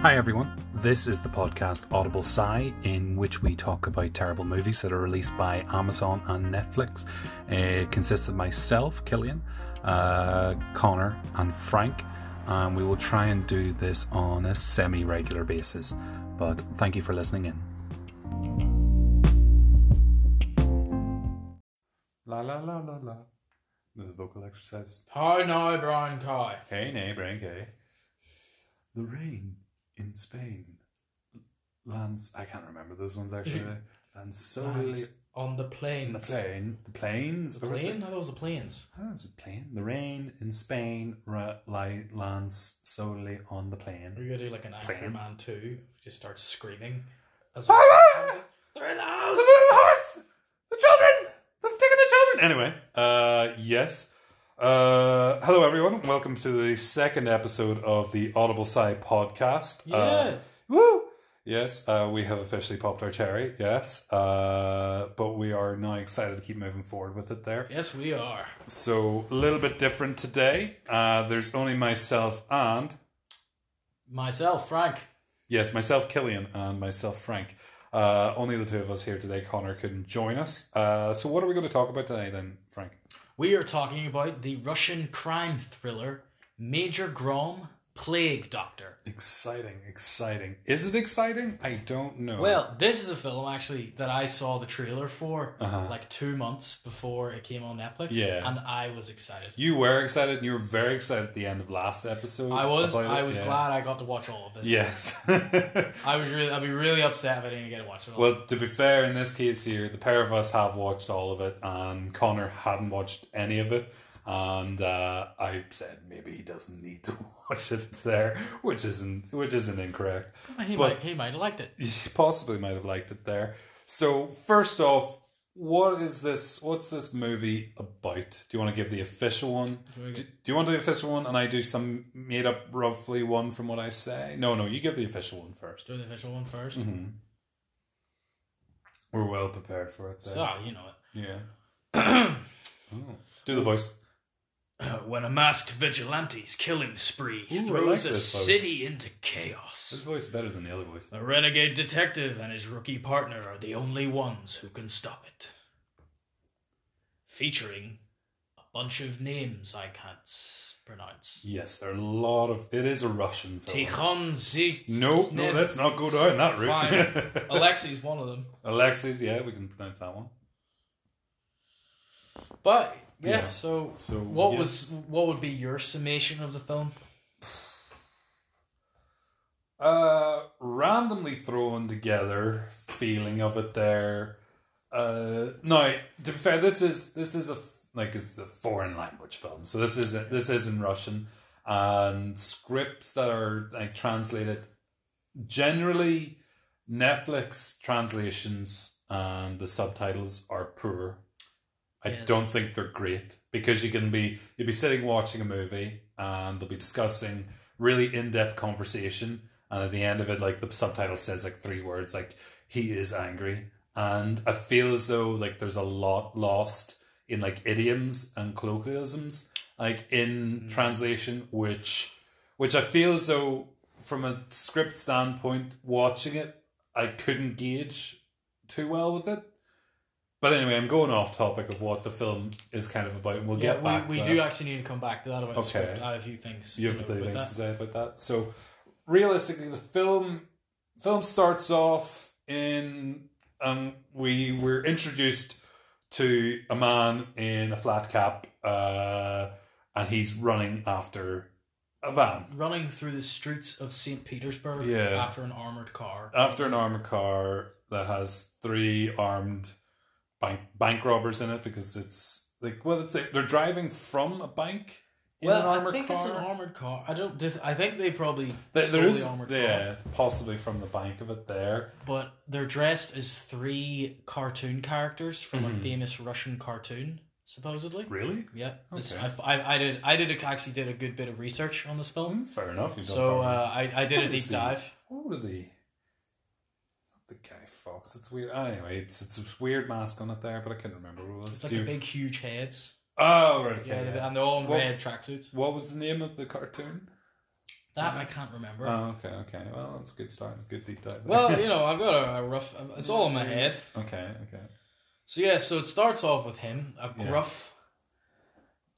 Hi, everyone. This is the podcast Audible Sigh, in which we talk about terrible movies that are released by Amazon and Netflix. It consists of myself, Killian, uh, Connor, and Frank, and we will try and do this on a semi regular basis. But thank you for listening in. La la la la la. The vocal exercise. Oh no, Brian Kai. Hey, nay, brain gay. The rain in Spain lands. I can't remember those ones actually. lands solely Lands on the plains. in the plain. The plains. The or is it- plane? No, that was the plains. Oh, it's a plane. The rain in Spain ra- li- lands solely on the We're plain. gonna do like an Plane. Iron Man two. Just start screaming. As They're in the The house. little horse! The children! They've taken the children! Anyway, uh, yes. Uh, hello, everyone. Welcome to the second episode of the Audible Sigh podcast. Yeah. Uh, woo! Yes, uh, we have officially popped our cherry, yes. Uh, but we are now excited to keep moving forward with it there. yes, we are. So, a little bit different today. Uh, there's only myself and, Myself, Frank. yes, myself, Killian, and myself, Frank. Uh, only the two of us here today. Connor couldn't join us. Uh, so, what are we going to talk about today then, Frank? We are talking about the Russian crime thriller Major Grom Plague Doctor. Exciting, exciting. Is it exciting? I don't know. Well, this is a film actually that I saw the trailer for Uh-huh. like two months before it came on Netflix. Yeah. And I was excited. you were excited, and you were very excited at the end of last episode. I was about it, I was yeah. glad I got to watch all of this. Yes. I was really I'd be really upset if I didn't get to watch it all. Well, to be fair, in this case here, the pair of us have watched all of it, and Connor hadn't watched any of it. And uh, I said maybe he doesn't need to watch it there, which isn't which isn't incorrect. he but- might he might have liked it. He possibly might have liked it there. So first off, what is this? What's this movie about? Do you want to give the official one? we Do, get- do you want the official one, and I do some made up roughly one from what I say? No, no, you give the official one first. Do the official one first. Mm-hmm. We're well prepared for it. There. So you know Yeah. Oh. Do the voice. it. When a masked vigilante's killing spree Ooh, I throws like a this voice. city into His chaos, voice is better than the other voice. the renegade detective and his rookie partner are the only ones who can stop it. Featuring a bunch of names I can't s- pronounce. Yes, there are a lot of. It is a Russian film. Tikhon Z. No, no, let's not go down that Fine. route. Alexi's one of them. Alexis, yeah, we can pronounce that one. But yeah, Yeah. so So, what yes. was what would be your summation of the film? Uh, randomly thrown together feeling of it there. Uh, no, to be fair, this is this is a like it's a foreign language film, so this isn't this isn't Russian, and scripts that are like translated generally Netflix translations and the subtitles are poor. I Yes. don't think they're great because you can be you'll be sitting watching a movie and they'll be discussing really in depth conversation and at the end of it like the subtitle says like three words like he is angry and I feel as though like there's a lot lost in like idioms and colloquialisms like in Mm. translation which which I feel as though from a script standpoint, watching it, I couldn't gauge too well with it. But anyway, I'm going off topic of what the film is kind of about, and we'll yeah, get back. we, to we that. do actually need to come back to that about the Okay. script. I have a few things. You to have note anything about to that. say about that? So, realistically, the film film starts off in um we were introduced to a man in a flat cap, uh, and he's running after a van. Running through the streets of St. Petersburg Yeah. after an armored car. after an armored car that has three armed bank bank robbers in it because it's like well it's like they're driving from a bank in well, an armored I think car. it's an armored car. I don't. dis- I think they probably There- stole there is the armored yeah, car, it's possibly from the bank of it there. but they're dressed as three cartoon characters from a Mhm. famous Russian cartoon, supposedly. Really? Yeah, this, Okay. I, I, I did. I did actually did a good bit of research on this film. Mm, fair enough. You've done So fine. uh, I, I did a deep Obviously. dive. what were they? Not the Guy Fox. It's weird. Anyway, it's it's a weird mask on it there, but I can't remember what it was. It's like Do the you- big, huge heads. oh right. okay, Yeah, yeah. and they're all in Well- red tracksuits. What was the name of the cartoon? That I can't remember. Oh, okay, okay. Well, that's a good start. Good deep dive. well, you know, I've got a, a rough. It's all in my head. okay, okay. So yeah, so it starts off with him, a Yeah. gruff,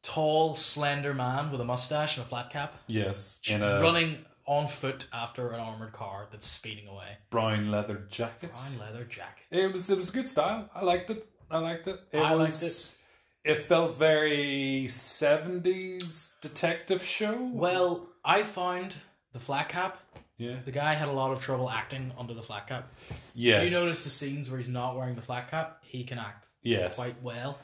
tall, slender man with a mustache and a flat cap, Yes, in a running on foot after an armored car that's speeding away. brown leather jacket. Brown leather jacket. It was it was good style. I liked it. I liked it. It I liked was. It felt very seventies detective show. Well, I found the flat cap. yeah, The guy had a lot of trouble acting under the flat cap. yes, If you notice the scenes where he's not wearing the flat cap, he can act yes. quite well.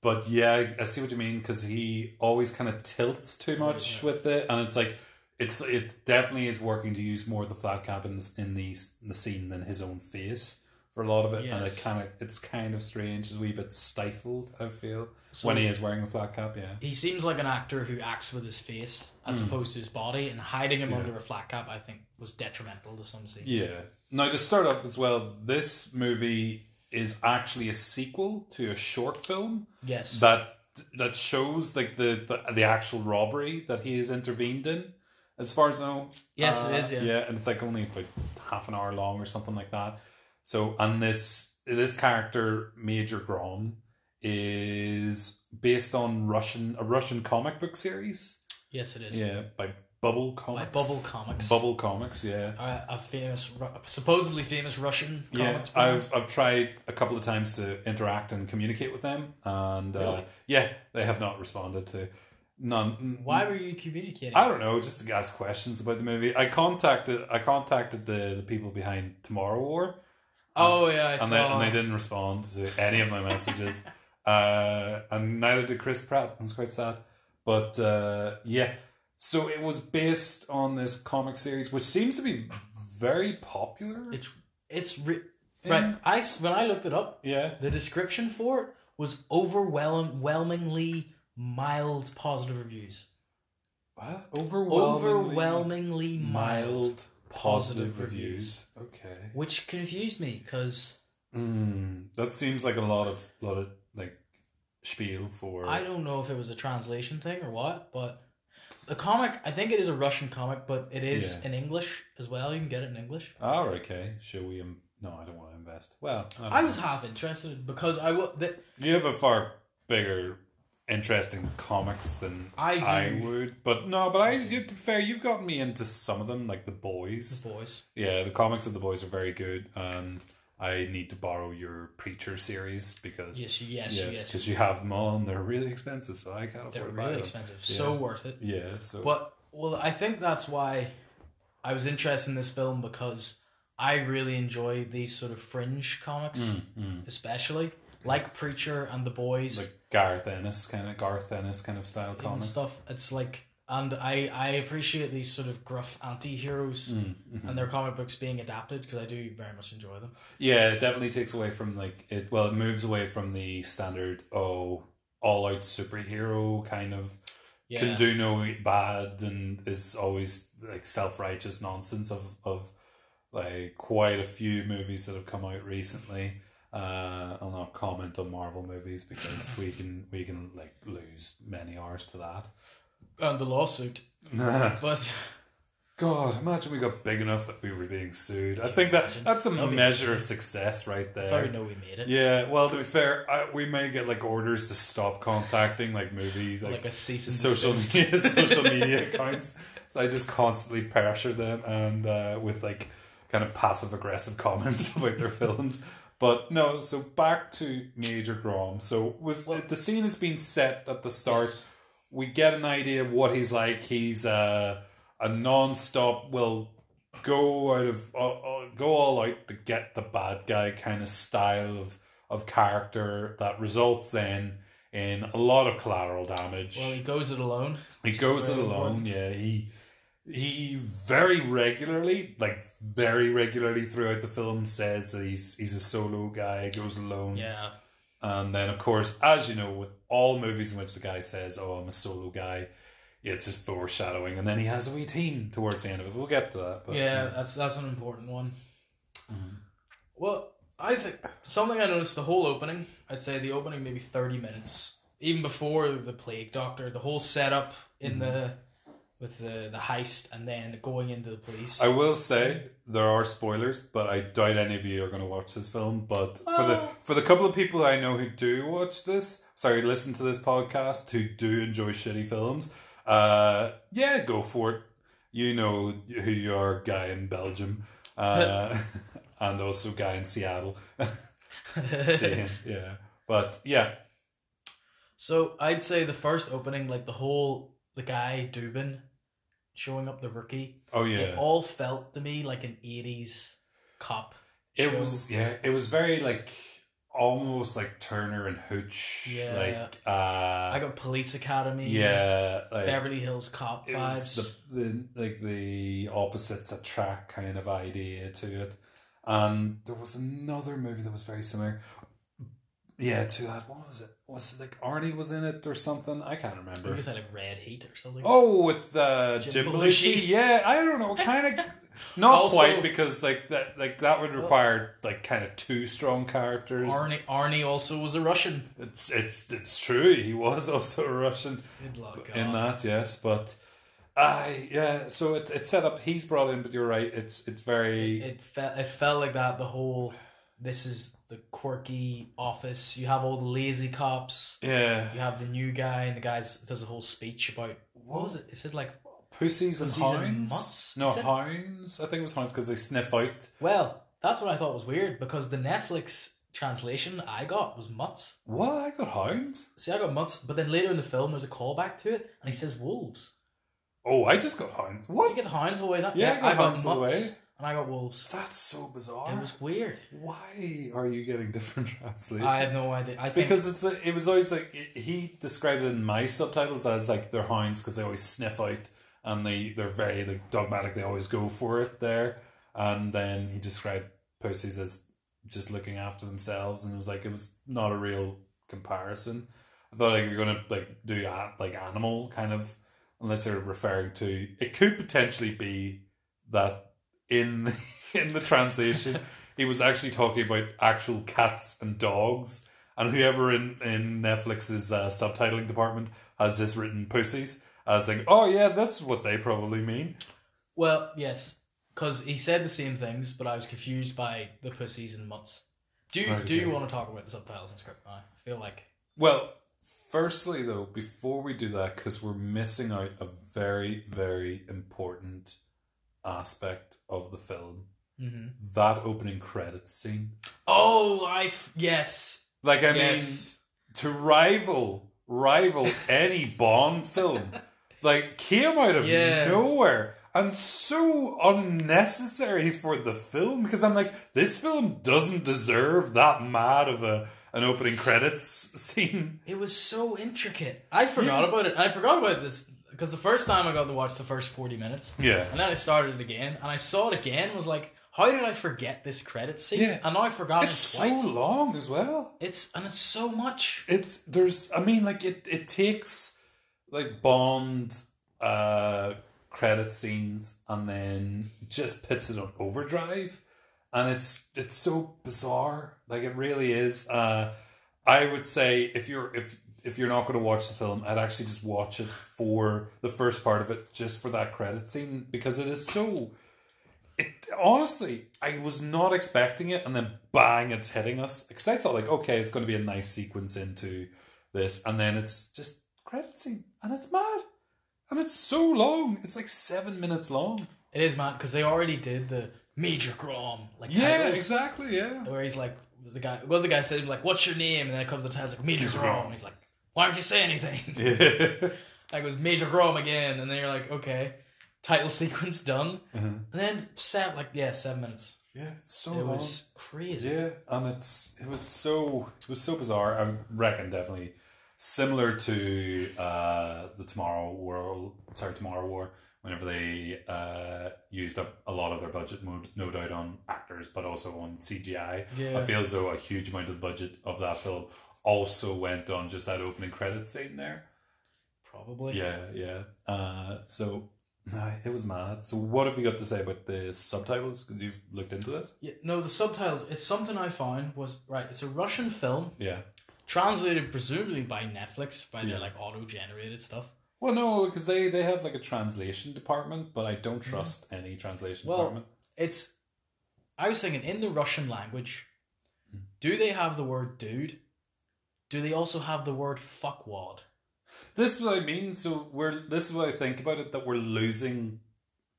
But yeah, I see what you mean because he always kind of tilts too much with it, and it's like it's it definitely is working to use more of the flat cap in the in the, the scene than his own face for a lot of it, and it Yes. kind of it's kind of strange, it's a wee bit stifled. I feel So- when he is wearing the flat cap, yeah, He seems like an actor who acts with his face as Hmm. opposed to his body, and hiding him under a flat cap, I think, was detrimental to some scenes. yeah. Now to start off as well, this movie is actually a sequel to a short film Yes. that that shows like the, the the actual robbery that he has intervened in as far as i know Yes, it is, yeah. Uh, and it's like only about half an hour long or something like that so and this this character major grom is based on russian a russian comic book series yes, it is. yeah by bubble By comics Bubble Comics. bubble comics yeah A, a famous, Ru- a supposedly famous Russian Yeah, comics. brand. I've, I've tried a couple of times to interact and communicate with them, and uh, Really? yeah, they have not responded to none. Why were you communicating? I don't know, just to ask questions about the movie. I contacted I contacted the, the people behind Tomorrow War oh, yeah, I and they, saw. and they didn't respond to any of my messages. uh, and neither did Chris Pratt. I was quite sad. But uh, yeah. So it was based on this comic series which seems to be very popular. It's, it's re- right. I, s- when I looked it up, yeah. the description for it was overwhelmingly mild positive reviews. What? Overwhelmingly, Overwhelmingly mild. mild positive positive reviews. Okay. Which confused me because Mm, that seems like a lot of lot of like spiel for I don't know if it was a translation thing or what, but the comic, I think it is a Russian comic, but it is Yeah. in English as well. You can get it in English. Oh, okay. Shall we? Im- no, I don't want to invest. Well, don't I know. was half interested because I wa- that You have a far bigger interest in comics than I do. would. But no, but I, you- to be fair, you've gotten me into some of them, like the boys. boys. Yeah, the comics of the boys are very good, and I need to borrow your preacher series because Yes, you- yes, you- yes, yes. because you have them all, and they're really expensive, so I can't afford They're to buy really them. expensive, so worth it. Yeah, so But well, I think that's why I was interested in this film because I really enjoy these sort of fringe comics, especially like Preacher and the Boys. Mm, like Garth Ennis kind of Garth Ennis kind of style and comics. stuff. It's like, and I I appreciate these sort of gruff anti-heroes Mm, mm-hmm. and their comic books being adapted because I do very much enjoy them. Yeah, it definitely takes away from like it. Well, it moves away from the standard oh all out superhero kind of Yeah, can do no bad and is always like self righteous nonsense of of like quite a few movies that have come out recently. Uh, I'll not comment on Marvel movies because we can we can like lose many hours to that. and the lawsuit, but God, imagine we got big enough that we were being sued. I think that that's a measure of success right there. I already know we made it. Yeah, well, to be fair, I, we may get like orders to stop contacting like movies, like, Like a cease and social desist. media, social media accounts. So I just constantly pressure them and uh, with like kind of passive aggressive comments about their films. But no, so back to Major Grom. So with the scene has been set at the start. We get an idea of what he's like. He's uh, a non-stop, well, go out of uh, uh, go all out to get the bad guy kind of style of of character that results then in a lot of collateral damage. Well, he goes it alone. he goes it very alone. important. Yeah, he he very regularly, like very regularly throughout the film, says that he's he's a solo guy, goes alone. Yeah, And then, of course, as you know, with all movies in which the guy says, "Oh, I'm a solo guy," it's just foreshadowing. And then he has a wee team towards the end of it. We'll get to that. But Mm-hmm. yeah, that's that's an important one. Well, I think something I noticed the whole opening. I'd say the opening maybe Mm-hmm. thirty minutes, even before the plague doctor, the whole setup in the with the the heist and then going into the police. I will say there are spoilers, but I doubt any of you are going to watch this film. But for the Well- for the couple of people I know who do watch this, sorry, listen to this podcast, who do enjoy shitty films, uh, yeah, go for it. You know who you are, guy in Belgium, uh, and also guy in Seattle. Saying, yeah, but yeah, so I'd say the first opening, like the whole the guy Dubin showing up the rookie, oh it yeah. all felt to me like an eighties cop. It show. was yeah, it was very like almost like Turner and Hooch. Yeah. Like uh I got Police Academy, yeah, like Beverly Hills Cop it vibes. was the, the like the opposites attract kind of idea to it. Um there was another movie that was very similar. Yeah, to that. What was it? Was it like Arnie was in it or something? I can't I think remember. it's like Red Heat or something. Oh, with uh, Jim, Jim Belushi. Belushi. Yeah, I don't know. Kind of, not Also- quite because like that, like that would require like kind of two strong characters. Arnie Arnie also was a Russian. It's it's it's true. He was also a Russian Good luck. in that, yes, but I yeah. So it it's set up. He's brought in, but you're right. It's it's very it felt it felt like that the whole this is the quirky office you have all the lazy cops yeah. you have the new guy and the guy's does a whole speech about what was it is it like Pussies and Pussies and hounds. mutts, no you said? hounds. I think it was hounds because they sniff out. well that's what i thought was weird because the netflix translation i got was mutts What I got hounds. see i got mutts but then later in the film there's a callback to it and he says wolves Oh, I just got hounds. you What? get the hounds all the way down Yeah, I got hounds all the way. and i got wolves That's so bizarre. it was weird Why are you getting different translations? i have no idea i think because it's a, it was always like it, he described it in my subtitles as like they're hounds because they always sniff out and they they're very like dogmatic. They always go for it there. And then he described pussies as just looking after themselves, and it was like it was not a real comparison. I thought like you're gonna like do a, like animal kind of unless they're referring to it could potentially be that in the, in the translation he was actually talking about actual cats and dogs and whoever in in Netflix's uh, subtitling department has just written pussies I was like oh yeah that's what they probably mean Well, yes, because he said the same things, but I was confused by the pussies and mutts. Do you, Right, do you okay. want to talk about the subtitles and script? now? I feel like well firstly though before we do that because we're missing out a very very important aspect of the film hmm that opening credits scene oh, I f- yes, like I mean yes, to rival rival any Bond film. Like came out of Yeah. nowhere and so unnecessary for the film because I'm like, this film doesn't deserve that mad of a an opening credits scene. it was so intricate. I forgot about it. I forgot about this because the first time I got to watch the first forty minutes, Yeah. and then I started it again, and I saw it again. and Was like, how did I forget this credit scene? Yeah. and now I forgot It's it so twice. long as well. It's and it's so much. It's there's I mean like it it takes like Bond uh credit scenes and then just puts it on overdrive and it's it's so bizarre like it really is uh I would say if you're if if you're not going to watch the film I'd actually just watch it for the first part of it just for that credit scene because it is so it honestly I was not expecting it and then bang it's hitting us because I thought like okay it's going to be a nice sequence into this and then it's just credit scene and it's mad and it's so long. It's like seven minutes long. It is man because they already did the Major Grom like titles. exactly. Yeah. where he's like the guy what the guy said He was like what's your name and then it comes to the like major grom he's like why don't you say anything like it was major grom again and then you're like okay title sequence done Mm-hmm. and then set like yeah seven minutes yeah, it's so it long. was crazy Yeah, and it's it was so it was so bizarre. I reckon definitely similar to uh, the Tomorrow World, sorry, Tomorrow War. Whenever they uh, used up a lot of their budget, mo- no doubt on actors, but also on CGI. I Yeah. feel as though a huge amount of the budget of that film also went on just that opening credit scene there. probably Yeah, yeah. Uh, so nah, it was mad. So what have you got to say about the subtitles? Because you've looked into this. Yeah, no the subtitles it's something i found was right it's a russian film Yeah. translated presumably by netflix by Yeah. their like auto generated stuff Well, no, because they, they have like a translation department, but I don't trust any translation Mm-hmm. Well- department. It's. I was thinking in the Russian language, do they have the word dude? Do they also have the word fuckwad? This is what I mean. So we're this is what I think about it that we're losing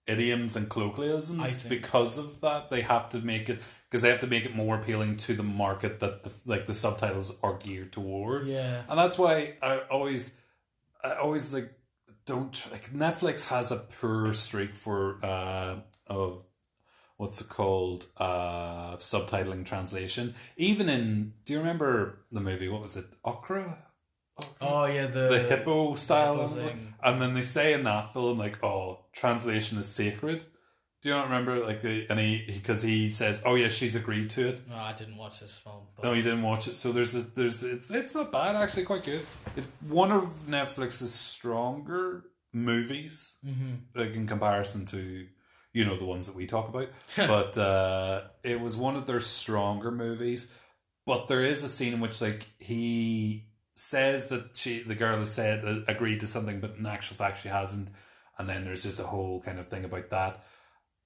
idioms and I colloquialisms think- because of that. They have to make it because they have to make it more appealing to the market that the, like the subtitles are geared towards. Yeah. and that's why I always, I always like don't like Netflix has a poor streak for uh of what's it called uh subtitling translation. Even in do you remember the movie? What was it? Okra. Okra? Oh yeah, the, the hippo style hippo and, everything. thing. and then they say in that film like oh translation is sacred do you not remember like the, and he because he says oh yeah she's agreed to it No, Oh, I didn't watch this film. But no you didn't watch it so there's a there's it's it's not bad actually quite good it's one of netflix's stronger movies Mhm. like in comparison to you know the ones that we talk about but uh it was one of their stronger movies but there is a scene in which like he says that she the girl has said uh, agreed to something but in actual fact she hasn't and then there's just a whole kind of thing about that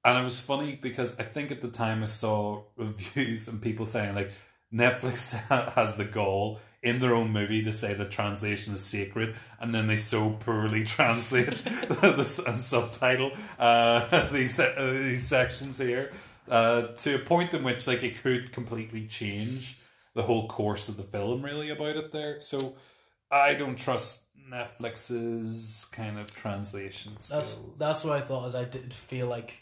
and it was funny because i think at the time i saw reviews and people saying like netflix has the goal in their own movie to say that translation is sacred and then they so poorly translate the, the and subtitle uh, these, uh, these sections here uh, to a point in which like it could completely change the whole course of the film really about it there so i don't trust netflix's kind of translation that's skills. that's what I thought. As I did feel like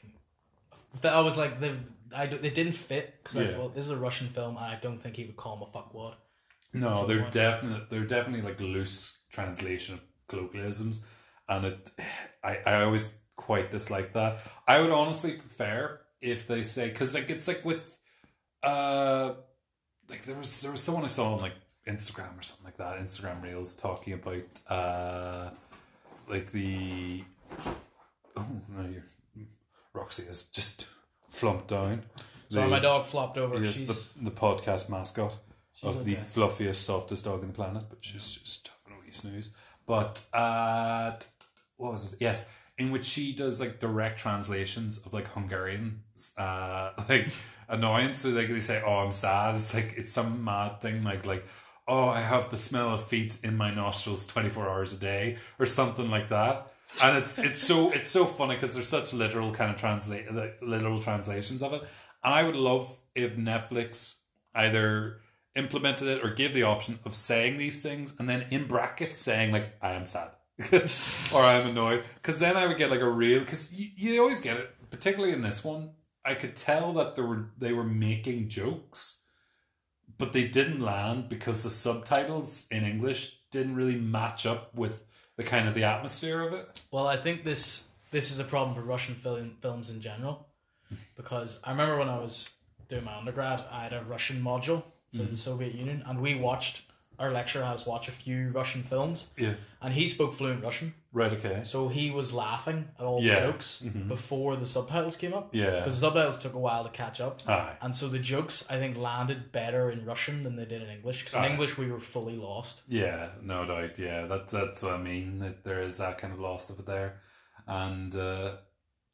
that I was like the I d- they didn't fit because I Yeah. thought this is a Russian film and I don't think he would call him a fuckwad. No, That's they're what I- definite. They're definitely like loose translation of colloquialisms, and it. I I always quite dislike that. I would honestly prefer if they say because like it's like with, uh, like there was there was someone I saw on like Instagram or something like that Instagram reels talking about uh, like the. Oh no! you Roxy has just flumped down. So The- my dog flopped over. Yes, She's the, the podcast mascot of the okay. fluffiest, softest dog on the planet, but she's just having a wee snooze. But uh, t- t- what was it? Yes, in which she does like direct translations of like Hungarian uh, like annoyance. So like they say, "Oh, I'm sad." It's like it's some mad thing like like. Oh, I have the smell of feet in my nostrils twenty four hours a day, or something like that, and it's it's so it's so funny because there's such literal kind of translate like, literal translations of it, and I would love if Netflix either implemented it or gave the option of saying these things and then in brackets saying like I am sad or I'm annoyed because then I would get like a real because you, you always get it particularly in this one I could tell that there were they were making jokes but they didn't land because the subtitles in English didn't really match up with the kind of the atmosphere of it well, I think this this is a problem for Russian film films in general because I remember when I was doing my undergrad, I had a Russian module for Mm-hmm. the Soviet Union, and we watched our lecturer had us watch a few Russian films, yeah and he spoke fluent Russian. right okay So he was laughing at all Yeah. Mm-hmm. the jokes before the subtitles came up. Yeah. Because the subtitles took a while to catch up. Aye. And so the jokes, I think, landed better in Russian than they did in English. Because in Aye. English, we were fully lost. Yeah, no doubt. Yeah, that's that's what I mean. That there is that kind of loss of it there, and uh,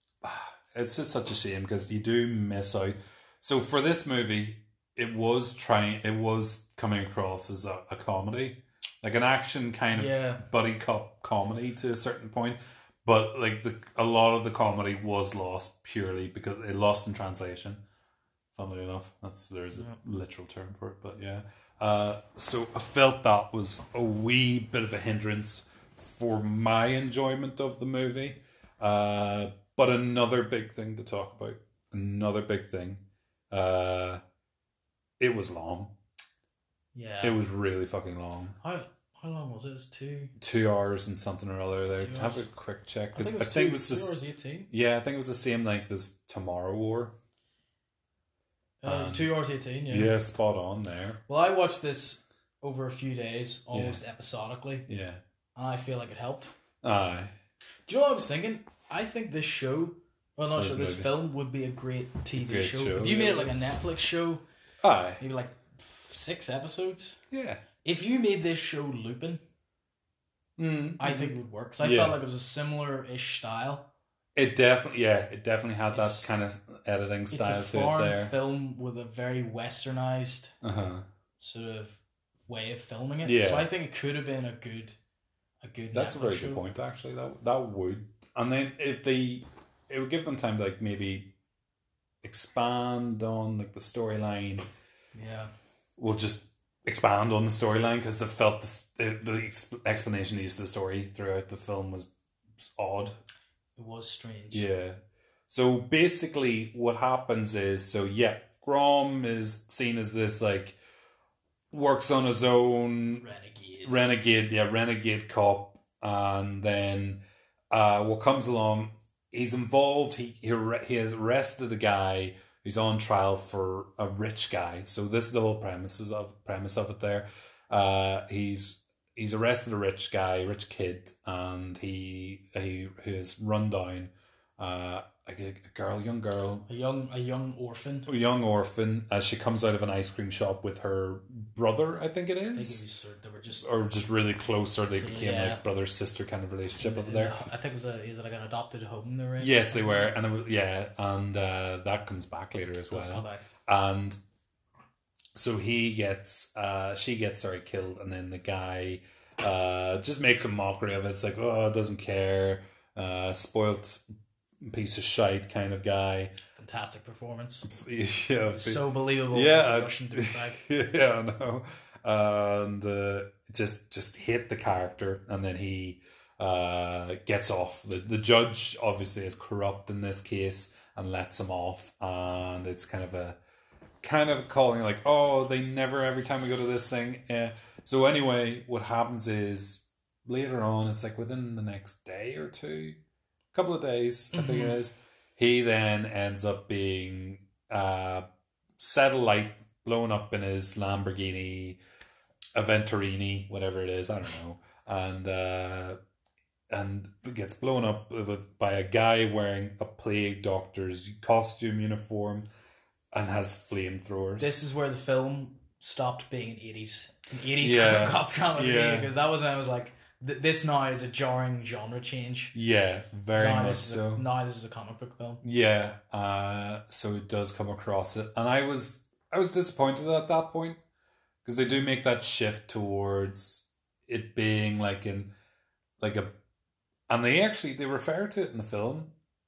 it's just such a shame because you do miss out. So for this movie, it was trying. It was coming across as a, a comedy, like an action kind of Yeah. buddy cop comedy to a certain point. But like the a lot of the comedy was lost purely because it lost in translation. Funnily enough, that's there is a literal term for it, but yeah. Uh, so I felt that was a wee bit of a hindrance for my enjoyment of the movie. Uh, but another big thing to talk about, another big thing. Uh, it was long. Yeah. It was really fucking long how, how long was it? It was two. two hours and something or other there. Two to have a hours. quick check I because think it was, I think two, it was two this. hours 18. Yeah, I think it was the same like this Tomorrow War. Uh, And- two hours 18, yeah. Yeah, spot on there. Well, I watched this over a few days, almost episodically, Yeah, and I feel like it helped. aye, Do you know what I was thinking? I think this show, well, not This show, this movie. film would be a great TV Great show. show, If you yeah. made it like a Netflix show, aye, maybe like six episodes. yeah. If you made this show Lupin, Mm. I think would work. 'Cause I Yeah. felt like it was a similar ish style. It definitely, yeah, it definitely had that It's- kind of editing It's a style to it foreign there. film with a very westernized Uh huh. sort of way of filming it. Yeah. So I think it could have been a good, a good. That's a Netflix very show. good point, actually. That that would, and then if they, it would give them time to like maybe expand on like the storyline. Yeah. We'll just expand on the storyline because it felt this, the the ex- explanation used to the story throughout the film was odd. It was strange. Yeah. So basically, what happens is so, yeah, Grom is seen as this like works on his own Renegade. renegade, yeah, renegade cop, and then uh, what comes along, he's involved. He he, arre- he has arrested a guy who's on trial for a rich guy. So this is the whole premises of premise of it. There, uh, he's he's arrested a rich guy, rich kid, and he he who has run down uh, like a, a girl, young girl. a young, a young orphan. A young orphan as she comes out of an ice cream shop with her brother, I think it I think it is was sort of, they were just or just really close, or they So, became yeah. like brother sister kind of relationship over in there. the- I think it was a, is it like an adopted home they were in? Yes, they were, and it was, yeah, and uh, that comes back later as Let's come well. back. And so he gets, uh, she gets, sorry, killed, and then the guy uh, just makes a mockery of it. It's like, oh, doesn't care, uh, spoilt piece of shite kind of guy. Fantastic performance. yeah, So believable. yeah, uh, as a Russian douchebag. yeah, I know. And uh, just just hit the character, and then he uh, gets off. The the judge obviously is corrupt in this case and lets him off, and it's kind of a kind of calling like, oh, they never every time we go to this thing. Yeah. So anyway, what happens is later on, it's like within the next day or two, couple of days, I think it is. He then ends up being uh, satellite blown up in his Lamborghini Aventurini, whatever it is, I don't know, and uh, and gets blown up with, by a guy wearing a plague doctor's costume uniform and has flamethrowers. This is where the film stopped being an 80s, an 80s Yeah. cop drama Yeah. because that was when I was like, th- this now is a jarring genre change. yeah, very now, much this is a- so. now this is a comic book film. Yeah, uh, so it does come across it, and I was I was disappointed at that point because they do make that shift towards it being like in like a, and they actually they refer to it in the film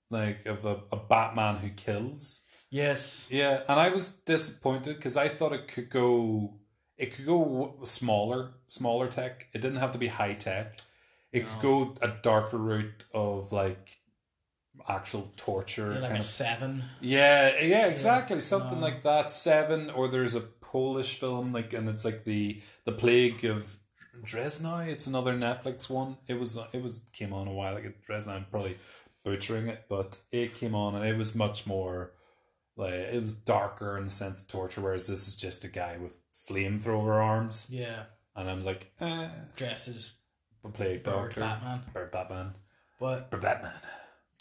like of a, a Batman who kills. Yes. Yeah, and I was disappointed because I thought it could go it could go w- smaller, smaller tech. It didn't have to be high tech. It could go a darker route of like actual torture You're like kind a of seven. yeah, yeah, exactly. Something no. like that. Seven, or there's a Polish film like, and it's like the the plague of Dresno. It's another Netflix one. It was it was came on a while ago. Dresno. I'm probably butchering it, but it came on and it was much more like it was darker in the sense of torture. Whereas this is just a guy with flamethrower arms, Yeah. and I was like, eh, Dressed as the plague Bird doctor, Batman. Bird Batman, But Bird Batman.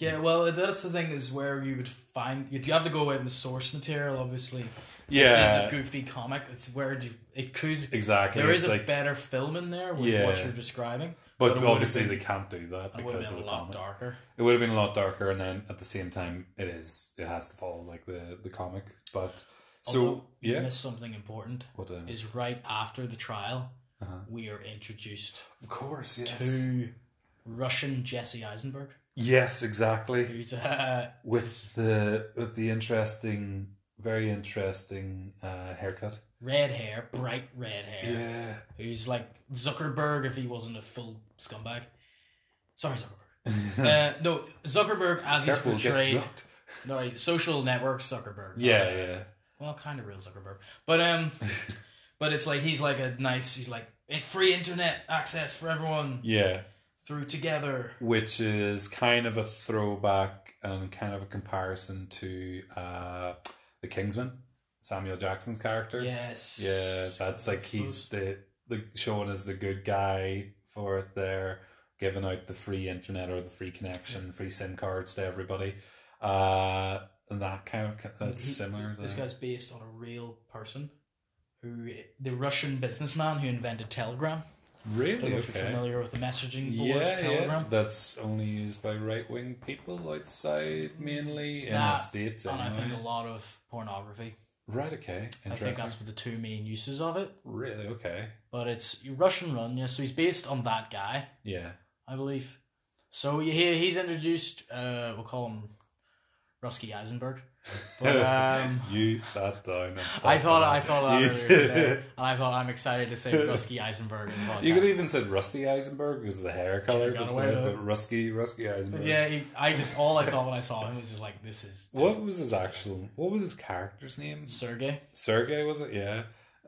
yeah, well, that's the thing is where you would find you have to go in the source material. Obviously, Yeah, this is a goofy comic. It's where you, it could. exactly. There it's is a like, better film in there with Yeah. what you're describing, but but, it would've obviously been- they can't do that and would have because been of a the lot comic. darker. It would have been a lot darker, and then at the same time, it is. It has to follow like the the comic. But so Although, you yeah, missed something important. what then? Is right after the trial, Uh-huh. we are introduced Of course, yes, to Russian Jesse Eisenberg, yes, exactly. who's uh, With the with the interesting, very interesting uh, haircut. red hair, bright red hair, Yeah, who's like Zuckerberg if he wasn't a full scumbag. Sorry, Zuckerberg. uh, no, Zuckerberg as careful, he's get portrayed. sucked. No, like, social network Zuckerberg. Yeah, yeah, Well, kind of real Zuckerberg, but um, but it's like he's like a nice. He's like "Eh, free internet access for everyone yeah. through Together. Which is kind of a throwback and kind of a comparison to uh, the Kingsman, Samuel Jackson's character. Yes. Yeah, that's like I he's suppose. the the shown as the good guy for it there, giving out the free internet or the free connection, free SIM cards to everybody. Uh, and that kind of that's He- similar. This there. guy's based on a real person, who the Russian businessman who invented Telegram. Don't Really? know if you're Okay. familiar with the messaging board Yeah, yeah. Telegram. That's only used by right wing people outside, mainly in Nah, the states. And I think a Anyway. lot of pornography. Right. Okay. I think Interesting. that's the two main uses of it. Really. Okay. But it's Russian run, yeah. So he's based on that guy, Yeah. I believe. So you hear he's introduced. Uh, we'll call him Rusky Eisenberg. But um, you sat down. And I thought I thought thought that about it. earlier today, and I thought I'm excited to say Rusky Eisenberg in the podcast. You could even said Rusty Eisenberg because of the hair color, got but, away the- with but Rusky Rusky But Eisenberg. yeah, he, I just all I thought when I saw him was just like this is just What was his actual? What was his character's name? Sergey, Sergey was it? Yeah.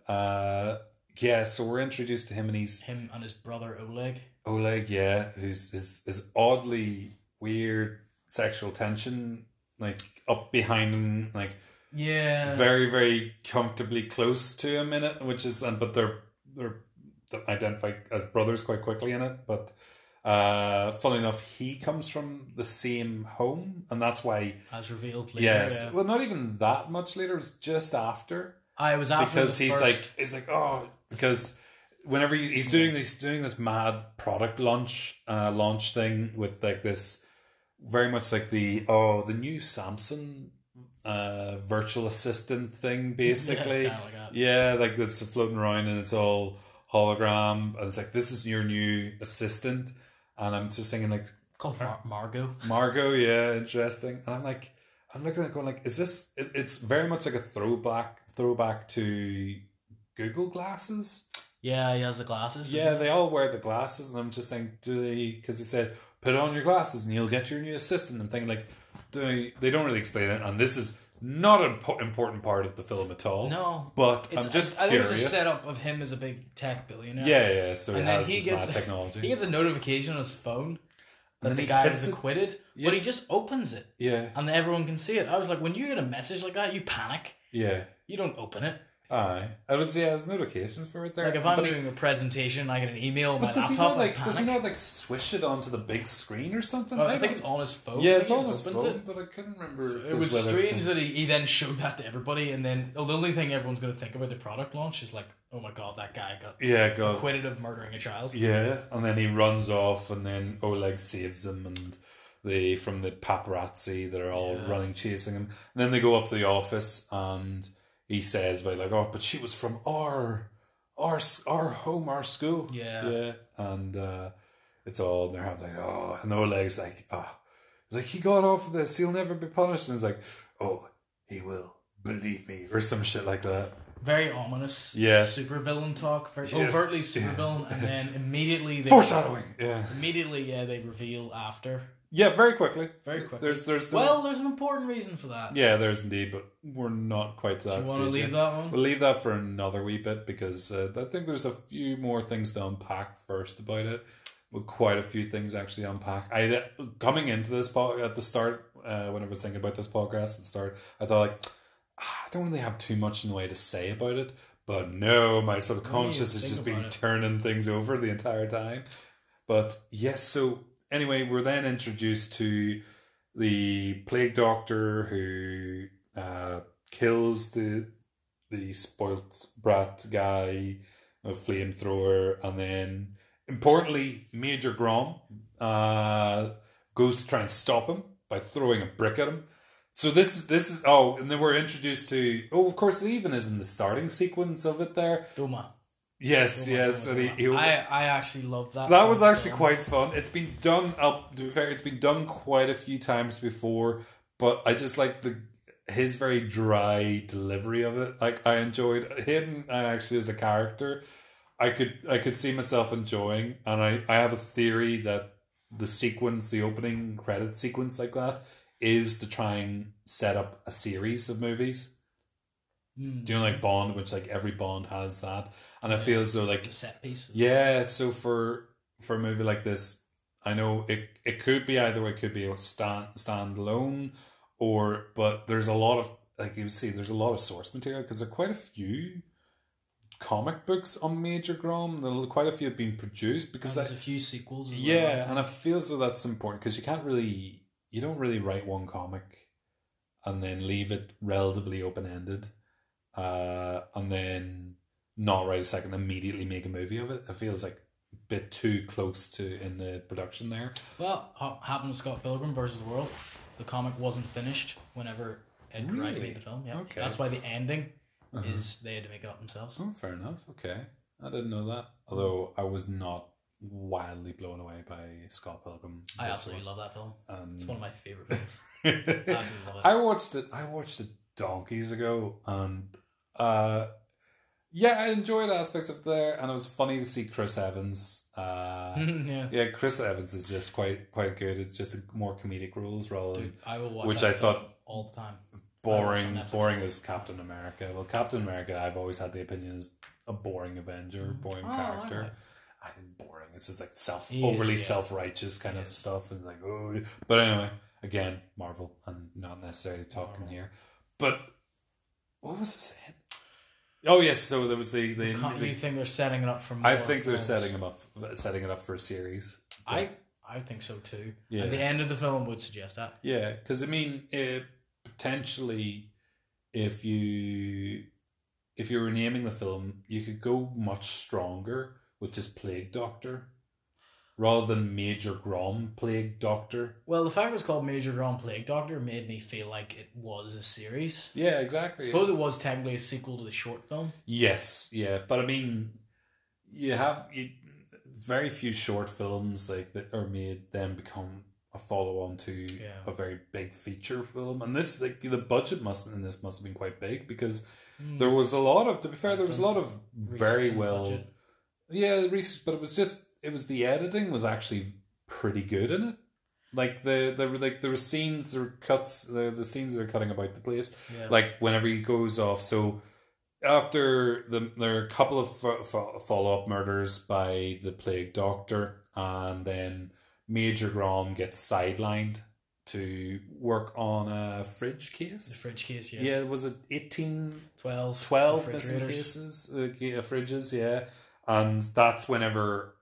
Uh, yeah. So we're introduced to him, and he's him and his brother Oleg. Oleg, yeah, who's his, his oddly weird sexual tension, like up behind him, like Yeah, very, very comfortably close to him in it, which is, and but they're they're they're identified as brothers quite quickly in it. But uh, funny enough, he comes from the same home, and that's why. as revealed later. Yes, yeah. well, not even that much later. It was just after I was after because the he's first- like he's like oh because whenever he, he's doing he's doing this mad product launch uh launch thing with like this very much like the oh the new Samsung uh virtual assistant thing basically Yeah, it's kinda like that. yeah, like that's floating around and it's all hologram and it's like this is your new assistant and I'm just thinking like called Mar- Margot. Margot, yeah, interesting. And I'm like, I'm looking at it going like, is this? It, it's very much like a throwback, throwback to Google glasses. Yeah, he has the glasses. doesn't Yeah, they all wear the glasses, and I'm just thinking, do they? Because he said, put on your glasses, and you'll get your new assistant. I'm thinking like, do they, they don't really explain it, and this is not an impo- important part of the film at all. he? No, but It's- I'm just I, I think curious. it's a setup of him as a big tech billionaire. yeah, yeah. So he And then has he this gets- mad technology. He gets a notification on his phone that then the he guy hits was it. acquitted, Yeah. but he just opens it yeah, and everyone can see it. I was like, when you get a message like that, you panic. yeah. You don't open it. Aye, I was yeah. There's no location for it there. Like if I'm But he- doing a presentation, I get an email on my But does he laptop. not I like does he panic. not like swish it onto the big screen or something? Uh, I think don't- it's on his phone. yeah, I it's think he on his just opens phone, but I couldn't remember. It was strange that he, he then showed that to everybody, and then the only thing everyone's going to think about the product launch is like, oh my god, that guy got Yeah, God. acquitted of murdering a child. Yeah, and then he runs off, and then Oleg saves him, and they from the paparazzi that are all Yeah. running chasing him. And then they go up to the office, and he says, "By like, oh, but she was from our our s- our home, our school." Yeah. yeah, and uh, it's all and they're having like, oh, and Oleg's like, ah, like he got off with this, he'll never be punished, and he's like, oh, he will. Believe me, or some shit like that. Very ominous. Yeah. Super villain talk. Very Yes. overtly super villain, and then immediately they Foreshadowing. Yeah, Immediately, yeah, they reveal after. yeah, very quickly. Very quickly. There's, there's no- Well, there's an important reason for that. Yeah, there is indeed, but we're not quite to Do that you stage. want to leave yet. that one? We'll leave that for another wee bit because uh, I think there's a few more things to unpack first about it. With quite a few things actually unpack. I uh, coming into this po- at the start uh, when I was thinking about this podcast at the start, I thought like "Ah, I don't really have too much in the way to say about it. But no, my subconscious has think just about been it. turning things over the entire time. But yes, so anyway, we're then introduced to the plague doctor who uh, kills the the spoilt brat guy, a flamethrower, and then importantly, Major Grom uh, goes to try and stop him by throwing a brick at him. So this this is oh, and then we're introduced to oh, of course, even is in the starting sequence of it there. Doma. Yes, Doma, yes, Doma, and he, Doma. he I, I actually loved that. that was film. actually quite fun. It's been done up to be fair, it's been done quite a few times before, but I just like the his very dry delivery of it. Like I enjoyed him uh, actually as a character. I could I could see myself enjoying and I, I have a theory that the sequence, the opening credit sequence like that, is to try and set up a series of movies. Mm. Do you know like Bond, which like every Bond has that. And I feel as though like The set pieces. yeah, so for for a movie like this, I know it it could be either way. It could be a stand standalone, or but there's a lot of like you see, there's a lot of source material because there are quite a few comic books on Major Grom. There are quite a few have been produced because And that, there's a few sequels. As yeah, well. and I feel as though that's important because you can't really you don't really write one comic and then leave it relatively open ended, uh, and then not write a second, immediately make a movie of it. It feels like bit too close to in the production there. Well, ha- happened with Scott Pilgrim versus the World. The comic wasn't finished whenever Edgar Wright Really? made the film. Yeah, Okay. Uh-huh. that's why the ending is they had to make it up themselves. Oh, fair enough. Okay, I didn't know that. Although I was not wildly blown away by Scott Pilgrim. I This absolutely love that film. one. Um, It's one of my favorite films. I absolutely love it. I watched it. I watched it donkeys ago, and uh, yeah, I enjoyed aspects of there, and it was funny to see Chris Evans. Hmm. Uh, yeah, yeah, Chris Evans is just quite quite good. It's just more comedic roles rather than dude, I will watch Which that I film thought- all the time. I watched boring. it on Netflix. Boring as Captain America. Well, Captain America, I've always had the opinion is a boring Avenger, boring Oh, I like character. that. I think boring. It's just like self He is, overly yeah. self righteous kind He of is. stuff. It's like oh, but anyway, again, Marvel. I'm not necessarily talking Marvel. here, but what was I saying? Oh yes, so there was the the. Can't the- you think they're setting it up for? More I think they're films? setting him up, setting it up for a series. I I think so too. Yeah. And the end of the film would suggest that. Yeah, because I mean, uh, potentially, if you if you were naming the film, you could go much stronger with just Plague Doctor, rather than Major Grom Plague Doctor. Well, the fact it was called Major Grand Plague Doctor made me feel like it was a series. Yeah, exactly. suppose it was technically a sequel to the short film. Yes, yeah, but I mean, you have you, very few short films like that are made then become a follow on to Yeah. a very big feature film, and this like the budget must in this must have been quite big because Hmm. there was a lot of to be fair I've there was a done lot of Research very and well budget. yeah the research, but it was just it was the editing was actually pretty good in it. Like the there were like there were scenes, there were cuts, the the scenes that are cutting about the place Yeah. like whenever he goes off. So after the there are a couple of fo- fo- follow up murders by the plague doctor, and then Major Grom gets sidelined to work on a fridge the case. fridge case, yes. Yeah, was it eighteen 12, 12 missing refrigerators. cases, uh, ca- uh, fridges, yeah. And that's whenever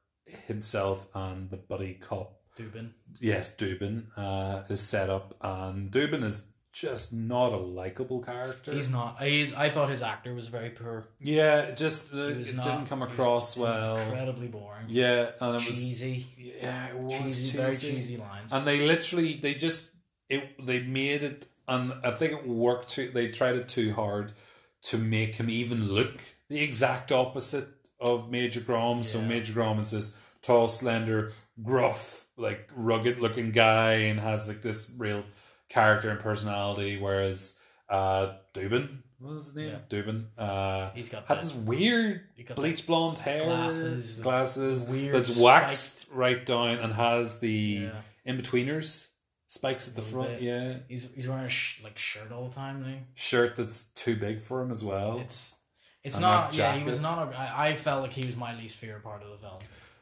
himself and the buddy cop Dubin. yes, Dubin uh, is set up, and Dubin is just not a likable character. He's not. He's, I thought his actor was very poor. yeah, just uh, He it was not, didn't come he was across just well. Incredibly boring. Yeah, and it was cheesy. yeah, it Cheesy, was cheesy, very cheesy lines. and they literally they just it they made it, and I think it worked too. They tried it too hard to make him even look the exact opposite of Major Grom. So Yeah. Major Grom is this tall, slender, gruff, like rugged looking guy and has like this real character and personality, whereas uh Dubin, what was his name? Yeah. Dubin. Uh he's got had that- this weird he got that bleach blonde hair Glasses, the glasses weird that's waxed right down and has the Yeah. in betweeners spikes at the Little front bit. yeah He's he's wearing a sh- like shirt all the time. Isn't he? shirt that's too big for him as well It's it's And not. that Yeah, he jacket. was not. A, I, I felt like he was my least favorite part of the film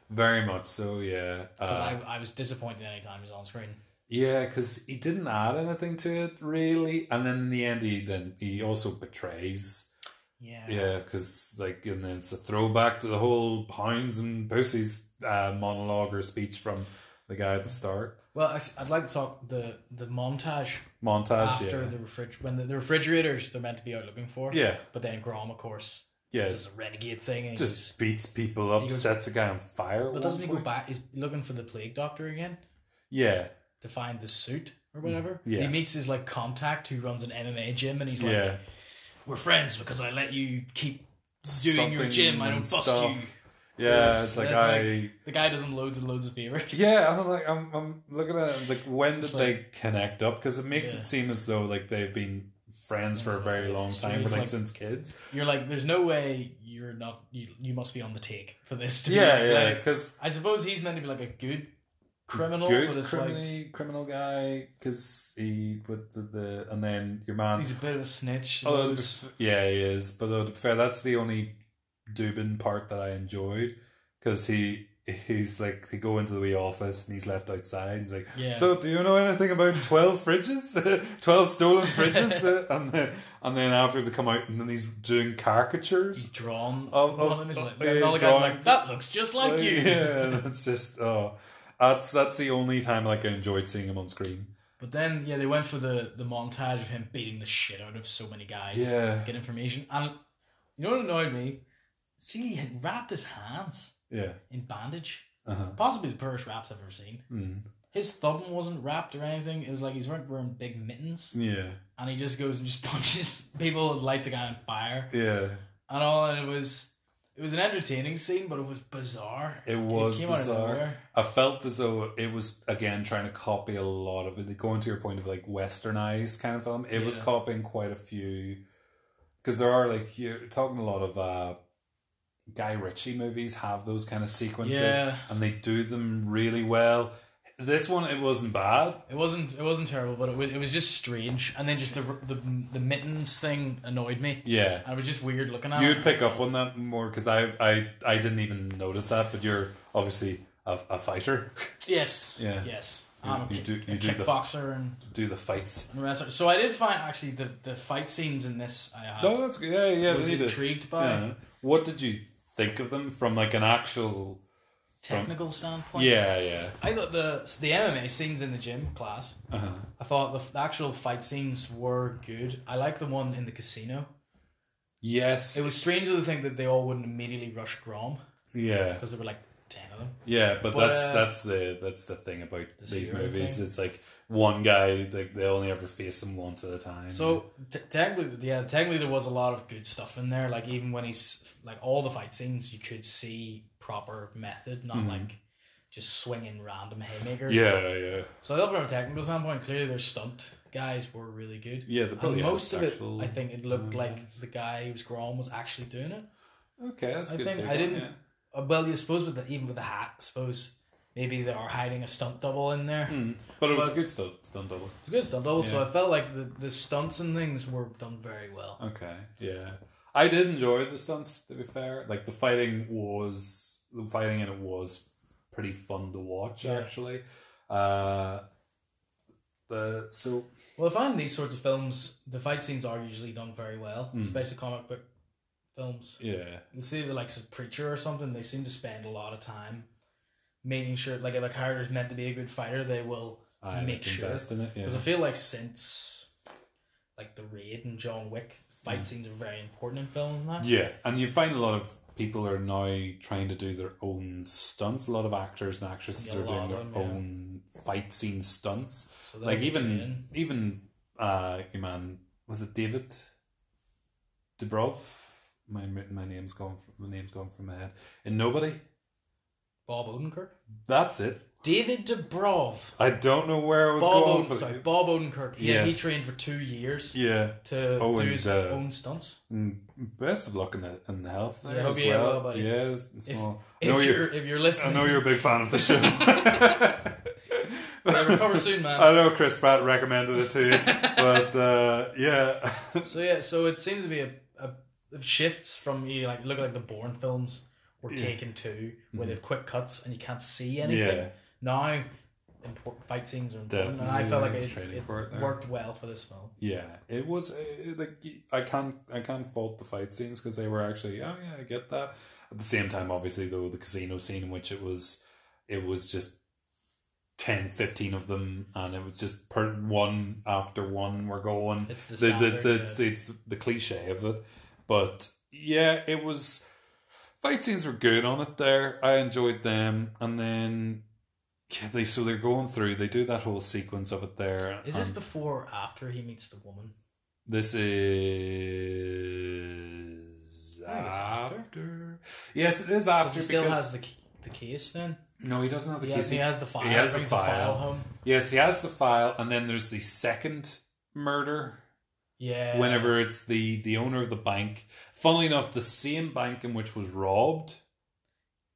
very much so yeah because uh, I I was disappointed anytime he was on screen. yeah because he didn't add anything to it really and then in the end he then he also betrays Yeah. yeah because like and then it's a throwback to the whole hounds and pussies uh, monologue or speech from the guy at the start Well, I- I'd like to talk the the montage montage after the refrig when the, the refrigerators they're meant to be out looking for. yeah yeah But then Grom, of course, yeah does a renegade thing. And he goes- just beats people up, He goes- sets a guy on fire. at but doesn't one he go point. back? He's looking for the plague doctor again Yeah, to find the suit or whatever. Mm, Yeah. He meets his like contact who runs an MMA gym, and he's like, yeah. "We're friends because I let you keep doing your Something gym. I don't and bust stuff. you." Yeah, Yes, it's like that's I. The guy doesn't loads and loads of viewers. yeah, and I'm like, I'm, I'm looking at it. It's like, when did It's they connect up? Because it makes Yeah. it seem as though like they've been friends for a very long It's true, time, it's but like like- since kids. You're like, there's no way you're not. You, you must be on the take for this. To Yeah, be like, yeah. like- Because I suppose he's meant to be like a good criminal, but good it's like criminal criminal guy. Because he with the, the and then your man. he's a bit of a snitch. Although, to be Those- f- yeah, he is. But though, to be fair, that's the only Dubin part that I enjoyed because he he's like they go into the wee office and he's left outside. He's like, yeah. so do you know anything about twelve fridges, twelve stolen fridges? Uh, and then and then after they come out and then he's doing He's caricatures. drawn. Oh, oh, one of them is oh, like, yeah, the other guy's drawn. like, that looks just like you. yeah, that's just oh, that's that's the only time like I enjoyed seeing him on screen. But then, yeah, they went for the, the montage of him beating the shit out of so many guys. Yeah. Get information. And you know what annoyed me? See, he had wrapped his hands. Yeah. in bandage. Uh-huh. Possibly the poorest wraps I've ever seen. Mm. His thumb wasn't wrapped or anything. It was like he's wearing, wearing big mittens, Yeah. and he just goes and just punches people and lights a guy on fire Yeah. and all. And it was it was an entertaining scene, but it was bizarre. It was came out of bizarre. nowhere. I felt as though it was again trying to copy a lot of it. Going to your point of like westernized kind of film, it was Yeah. copying quite a few. Because there are like you're talking a lot of uh, Guy Ritchie movies have those kind of sequences, Yeah. and they do them really well. This one it wasn't bad. It wasn't it wasn't terrible, but it was it was just strange. And then just the the the mittens thing annoyed me. Yeah, I was just weird looking at. you'd it. pick up on that more because I, I I didn't even notice that. But you're obviously a, a fighter. Yes. Yeah. Yes. You- I'm a, you kick- do- you a do the- kickboxer and, do the fights. and wrestler. So I did find actually the, the fight scenes in this I had, Oh, that's good. Yeah, yeah. Uh, was they did. intrigued by Yeah. What did you think of them from like an actual? technical standpoint. Yeah, yeah. I thought the the MMA scenes in the gym class. Uh-huh. I thought the, f- the actual fight scenes were good. I liked the one in the casino. Yes. It was strange to think that they all wouldn't immediately rush Grom yeah, because there were like ten of them. yeah. But, But, that's uh, that's the that's the thing about the these hero movies. thing. It's like one guy like they only ever face him once at a time. So t- technically, yeah, technically there was a lot of good stuff in there. Like even when he's like all the fight scenes, you could see proper method, not like just swinging random haymakers. Mm-hmm. yeah, yeah, So I thought from a technical standpoint, clearly their stunt guys were really good. yeah. The And probably most of it, actual- uh, I think it looked like the guy who was Grom was actually doing it. Okay, that's I good. think take I on, didn't. yeah. uh, Well, you suppose with the, even with the hat, I suppose maybe they are hiding a stunt double in there. But it was but- a good stunt, stunt double. It's a good stunt double. So Hmm. Yeah. I felt like the, the stunts and things were done very well. Okay. Yeah. I did enjoy the stunts, to be fair. Like the fighting was the fighting in it was pretty fun to watch Yeah. actually. Uh the so Well, I find these sorts of films, the fight scenes are usually done very well, Mm. especially comic book films. yeah. You see the likes of Preacher or something, they seem to spend a lot of time making sure, like, if a character's meant to be a good fighter, they will I make like sure. Because invest in it. Yeah. I feel like since, like, The Raid and John Wick, fight scenes are very important in films now. Mm. yeah. And you find a lot of people are now trying to do their own stunts. A lot of actors and actresses Yeah, a are lot of doing their them, yeah. own fight scene stunts. So that'll like get even you in. even uh your man was it David Dubrov? My my name's gone from, my name's gone from my head. And nobody. Bob Odenkirk. That's it. David Dubrov. I don't know where I was Bob, going Oden, for sorry, that. Bob Odenkirk. Yeah, he Yes. trained for two years Yeah. to Oh, do and, his uh, own stunts. Mm, Best of luck in the, in the health there Yeah, hope as you get well. well, buddy. Yeah, it's- it's If- small. I know If you're, you're, if you're I listening, know you're a big fan of the show. Yeah, recover soon, I man. know Chris Pratt recommended it to you, but uh, yeah, So yeah, so it seems to be a, a it shifts from you know, like look at like the Bourne films were Yeah. Mm-hmm. taken to where they've quick cuts and you can't see anything. yeah, Now important fight scenes are important, and I Definitely, felt yeah, like it's it, training it for it there. worked well for this film. yeah. It was uh, like I can't I can't fault the fight scenes because they were actually oh yeah I get that. At the same time, obviously though, the casino scene in which it was, it was just 10, 15 of them, and it was just per one after one were going. It's the the the, standard, the, yeah. it's, it's the cliche of it, but yeah, it was. Fight scenes were good on it. There, I enjoyed them, and then yeah, they so they're going through. They do that whole sequence of it there. Is this and before or after he meets the woman? this is I think it's after. after. Yes, it is 'Cause after He still because has the c- the case then. no, he doesn't have the He keys. has, he has the file. he has the brings file. home. Yes, he has the file, and then there's the second murder. Yeah. Whenever it's the the owner of the bank, funnily enough, the same bank in which was robbed.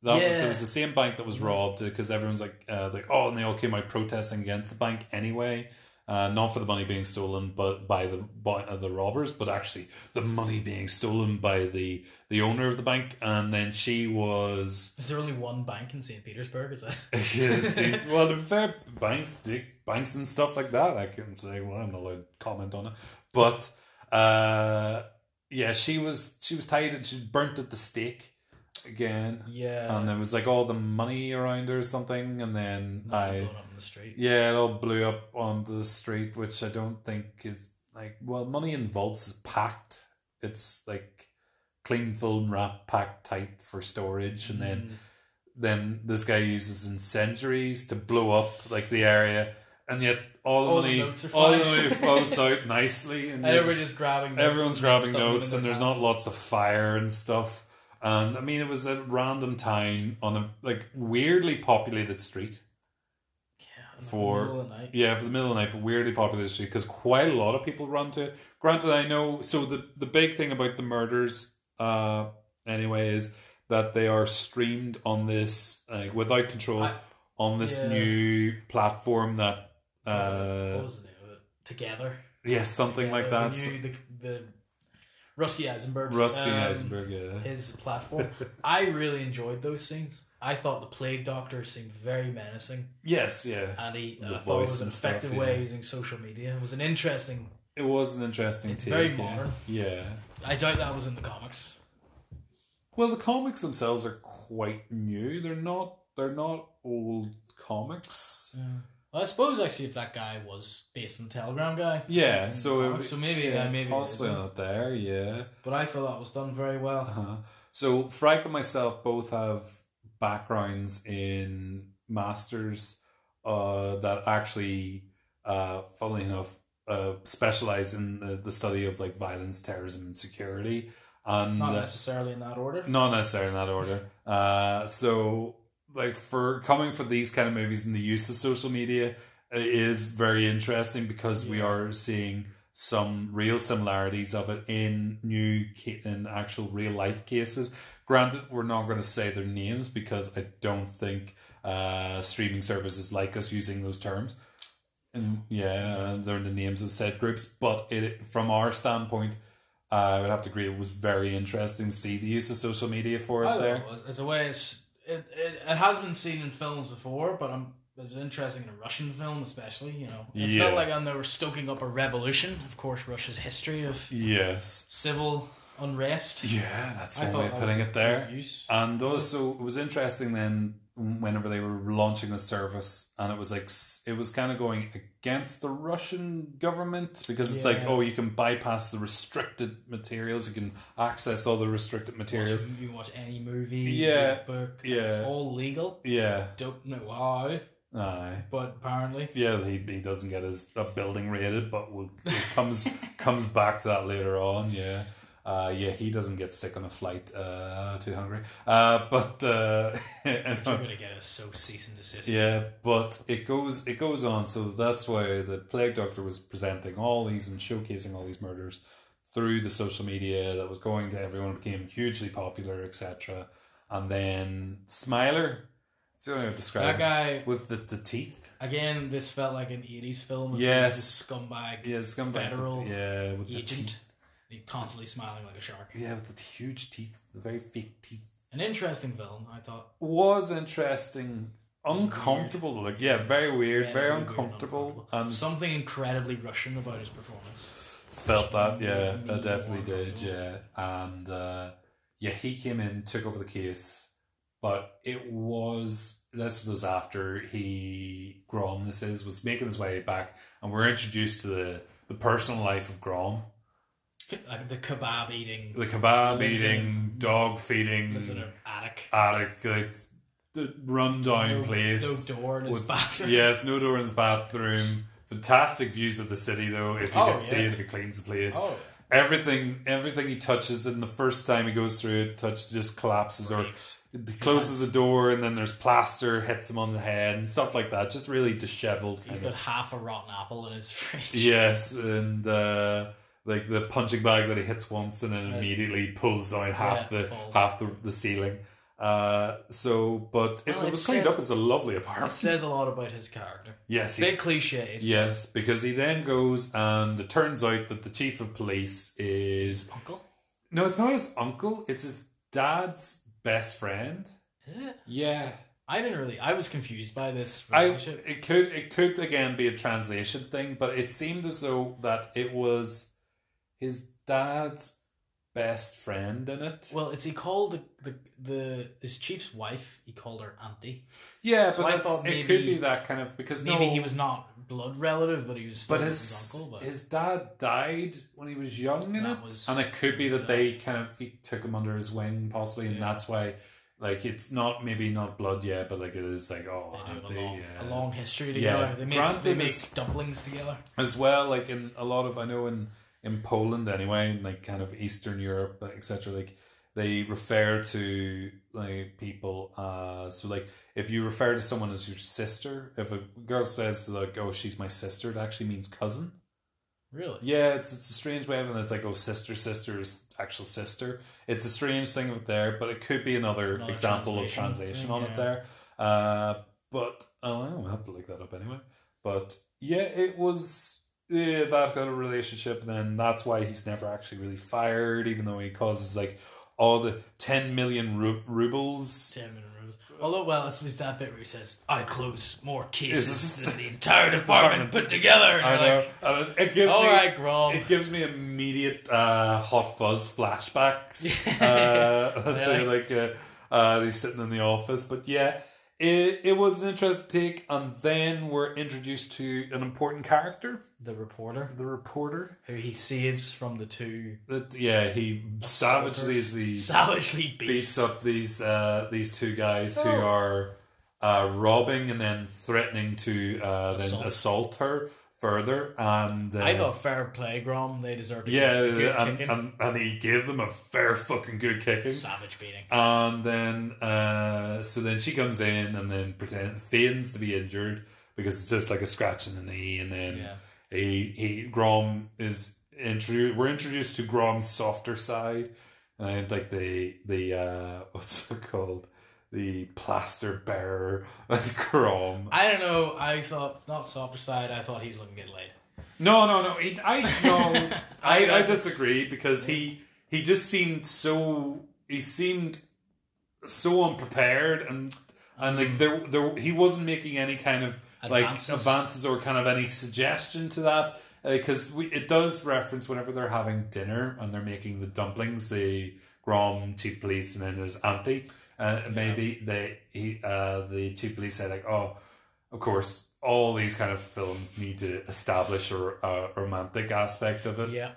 That was, it Yeah. Mm-hmm. was the same bank that was robbed because everyone's like, uh, like, oh, and they all came out protesting against the bank anyway, uh, not for the money being stolen, but by the by uh, the robbers, but actually the money being stolen by the the owner of the bank, and then she was is there only one bank in St. Petersburg? Is that? yeah, it seems. Well, to be fair, banks, dick, banks, and stuff like that. I can say, well, I'm not allowed to comment on it, but uh, yeah, she was she was tied and she was burnt at the stake again, Yeah. and it was like all the money around her or something, and then I blown up in the street. yeah, it all blew up onto the street, which I don't think is like well, money in vaults is packed. It's like clean film wrap packed tight for storage, and then Mm. then this guy uses incendiaries to blow up like the area, and yet all the All the money, notes are all the fine. money floats out nicely, and And you're everybody's just- just grabbing notes everyone's and grabbing stuffing them notes, in and their there's not hats. lots of fire and stuff. And I mean, it was at a random time on a like weirdly populated street. Yeah, in the for- middle of the night. Yeah, for the middle of the night, but weirdly popular street because quite a lot of people run to it. Granted, I know. So the the big thing about the murders, uh, anyway, is that they are streamed on this like without control I- on this Yeah. new platform that, what uh, was the name of it? Together. yeah, something like Together, that. the new- the, the Rusky Eisenberg's Rusky um, Eisenberg, yeah. his platform. I really enjoyed those scenes. I thought the plague doctor seemed very menacing, Yes, yeah. and he The I thought it voice was an and stuff, effective yeah. way of using social media. It was an interesting. It was an interesting It's take. very yeah. modern. Yeah. I doubt that was in the comics. Well, the comics themselves are quite new. They're not. They're not old comics. Well, I suppose actually, if that guy was based on the Telegram guy, Yeah, so it, comics, so maybe- yeah, maybe it possibly isn't. not there. Yeah. but I thought that was done very well. Uh-huh. So Frank and myself both have backgrounds in masters uh, that actually, uh, funnily enough, uh, specialize in the, the study of like violence, terrorism, and security, and Not uh, necessarily in that order. not necessarily in that order. Uh, so like for coming for these kind of movies and the use of social media uh, is very interesting because we Yeah. are seeing some real similarities of it in new ca- in actual real life cases. Granted, we're not going to say their names because I don't think uh, streaming services like us using those terms. And yeah, uh, they're the names of said groups, but it from our standpoint, uh, I would have to agree it was very interesting to see the use of social media for it I there. It was. It's a way. It's, it, it it has been seen in films before, but I'm. It was interesting in a Russian film, especially. You know, it Yeah. felt like and they were stoking up a revolution. Of course, Russia's history of Yes. civil unrest. Yeah, that's I one thought way of that putting was it there. good Use. And also, it was interesting then whenever they were launching the service, and it was like s- it was kind of going against the Russian government because it's like, Yeah. oh, you can bypass the restricted materials, you can access all the restricted materials. Watch- you can watch any movie, Yeah. read a book, Yeah. it's all legal. Yeah, Don't know how, aye. but apparently, Yeah, he, he doesn't get his a building rated, but we'll, it comes comes back to that later on. Yeah, uh, yeah, he doesn't get sick on a flight uh, to Hungary, uh, but uh, you're gonna get a so cease and desist. yeah, but it goes it goes on. So that's why the plague doctor was presenting all these and showcasing all these murders through the social media that was going to everyone became hugely popular, etc. And then Smiler, it's the only way to describe That it, guy with the, the teeth. again. This felt like an '80s film. It was Yes. this scumbag Yeah, scumbag. Federal yeah, with the agent. teeth. He's constantly smiling like a shark. Yeah, with the huge teeth, the very fake teeth. An interesting film, I thought. Was interesting, uncomfortable. Like, yeah, very weird, Incredibly very weird and uncomfortable, and Something incredibly Russian about his performance. felt that. Yeah, I Really definitely did. Yeah, uncomfortable. and uh, yeah, he came in, took over the case, but it was this was after he Grom. This is was making his way back, and we're introduced to the the personal life of Grom. Like the kebab eating the kebab Lives in- eating, dog feeding, lives in an attic. attic, like the rundown No- place. No door in his with- bathroom. yes, no door in his bathroom. Fantastic views of the city, though. If you Oh, can see yeah. it, if he cleans the place, Oh, everything, everything he touches, and the first time he goes through it, touches just collapses or breaks. he closes the door, and then there's plaster hits him on the head and stuff like that. Just really dishevelled. He's Kind got of. half a rotten apple in his fridge. Yes, and uh, like the punching bag that he hits once and then Right. immediately pulls down half Yeah, the falls. half the, the ceiling. Uh, so, but if Well, it it was cleaned says- up, it's a lovely It apartment. says a lot about his character. yes, he, Bit cliched. yes, because he then goes and it turns out that the chief of police is His uncle? no, it's not his uncle; it's his dad's best friend. Is it? Yeah, I didn't really. I was confused by this I relationship. it could it could again be a translation thing, but it seemed as though that it was his dad's best friend in it. well, it's he called the, the the his chief's wife. He called her auntie. yeah, so but I that's, thought it could maybe- be that kind of because Maybe no, he was not blood relative, but he was still but his his uncle. But his dad died when he was young in That it, was- and it could be that they kind of he took him under his wing possibly, and Yeah. that's why Like it's not maybe not blood yet, but like it is like oh, They do have auntie, a long, a yeah. long history together. Yeah. They make Granted, they it's- make dumplings together. as well like in a lot of i know in in poland anyway in like kind of eastern europe etc like they refer to like people uh so like if you refer to someone as your sister if a girl says like oh she's my sister it actually means cousin Really? yeah it's it's a strange way of and it's like oh sister sister is actual sister it's a strange thing with there but it could be another, Another example translation of translation thing, on yeah. it there uh but oh, i don't know, I'll have to look that up anyway but yeah, it was yeah, that kind of relationship. And then that's why he's never actually really fired, even though he causes like all the 10 million ru- rubles. Ten minute rose. Although, well, it's just that bit where he says, "I close more cases than the entire department put together." And I you're know. like, and it- it gives "All me, right, Grom." It gives me immediate uh, hot fuzz flashbacks uh, Yeah. to like uh, uh, he's sitting in the office. But yeah, it, it was an interesting take. And then we're introduced to an important character, The reporter the reporter. who he saves from the two That yeah, he savagely the- savagely beats. beats up these uh, these two guys who Oh. are uh, robbing and then threatening to uh, then Assault. assault her further. And uh, I thought fair play, Grom. They deserve to yeah, get a good and, kicking. and and he gave them a fair fucking good kicking. Savage beating. And then, uh, so then she comes in and then pretend feigns to be injured because it's just like a scratch in the knee, and then Yeah. he he Grom is introduced. We're introduced to Grom's softer side, and like the the uh, what's it called, the plaster bearer Grom. I don't know. I thought not softer side. I thought he's looking to get laid. No, no, no. He, I no. I, I That's- disagree because he he just seemed so he seemed so unprepared and and like there there he wasn't making any kind of Advances. like Mm-hmm. advances or kind of any suggestion to that because we it does reference whenever they're having dinner and they're making the dumplings the Grom chief police and then his auntie uh, maybe they he uh the chief police said like oh of course, all these kind of films need to establish a, a romantic aspect of it, Yeah.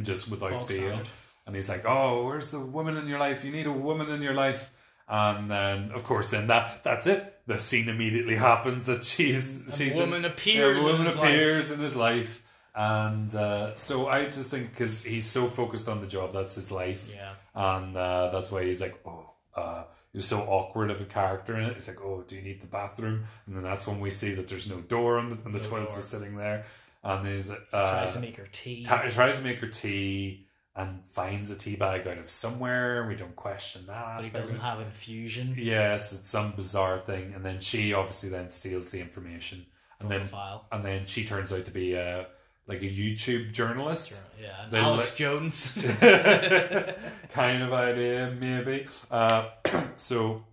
just without Bog fail. standard. And he's like, "Oh, where's the woman in your life? You need a woman in your life." And then, of course, then that that's it. The scene immediately happens that she's A she's woman in, appears yeah, a woman in his life. appears in his life, and uh, so I just think because he's so focused on the job, that's his life Yeah. and uh, that's why he's like, oh, uh, he was so awkward of a character in it. He's like, oh, do you need the bathroom? And then that's when we see that there's no door and the, and the No toilets door. are sitting there. And he's uh, Tries to make her tea. ta- tries to make her tea and finds a tea bag out of somewhere. We don't question that but he aspect. doesn't have infusion. yes, it's some bizarre thing. And then she obviously then steals the information, and then Profile. and then she turns out to be a like a YouTube journalist. Yeah. and They Alex let- Jones. kind of idea, maybe. Uh, so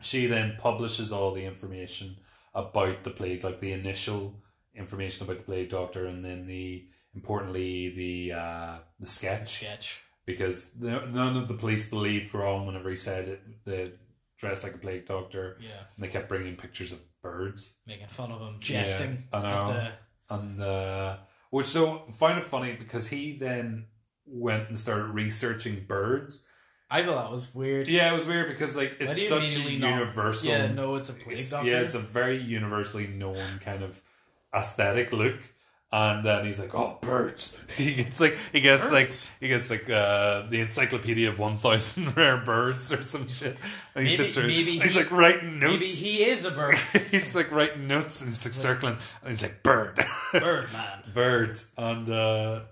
she then publishes all the information about the plague, like the initial information about the plague doctor, and then the importantly the uh, the sketch sketch. because no- none of the police believed Grom whenever he said it. They dressed like a plague doctor, Yeah. and they kept bringing pictures of birds Making fun of him, jesting. I at know. the- and uh, which so I find it funny because he then went and started researching birds I thought that was weird. Yeah, it was weird because like Why do it's you such a immediately not- universal. Yeah, no, it's a plague it's, doctor. yeah, it's a very universally known kind of aesthetic look. And then he's like, "Oh, birds!" He gets like he gets like Birds. he gets like uh, the Encyclopedia of One Thousand Rare Birds or some shit. And he Maybe- sits there. and maybe he's he- like writing Maybe notes. he is a bird. he's like writing notes and he's like circling. And he's like, "Bird, bird man. birds," and uh,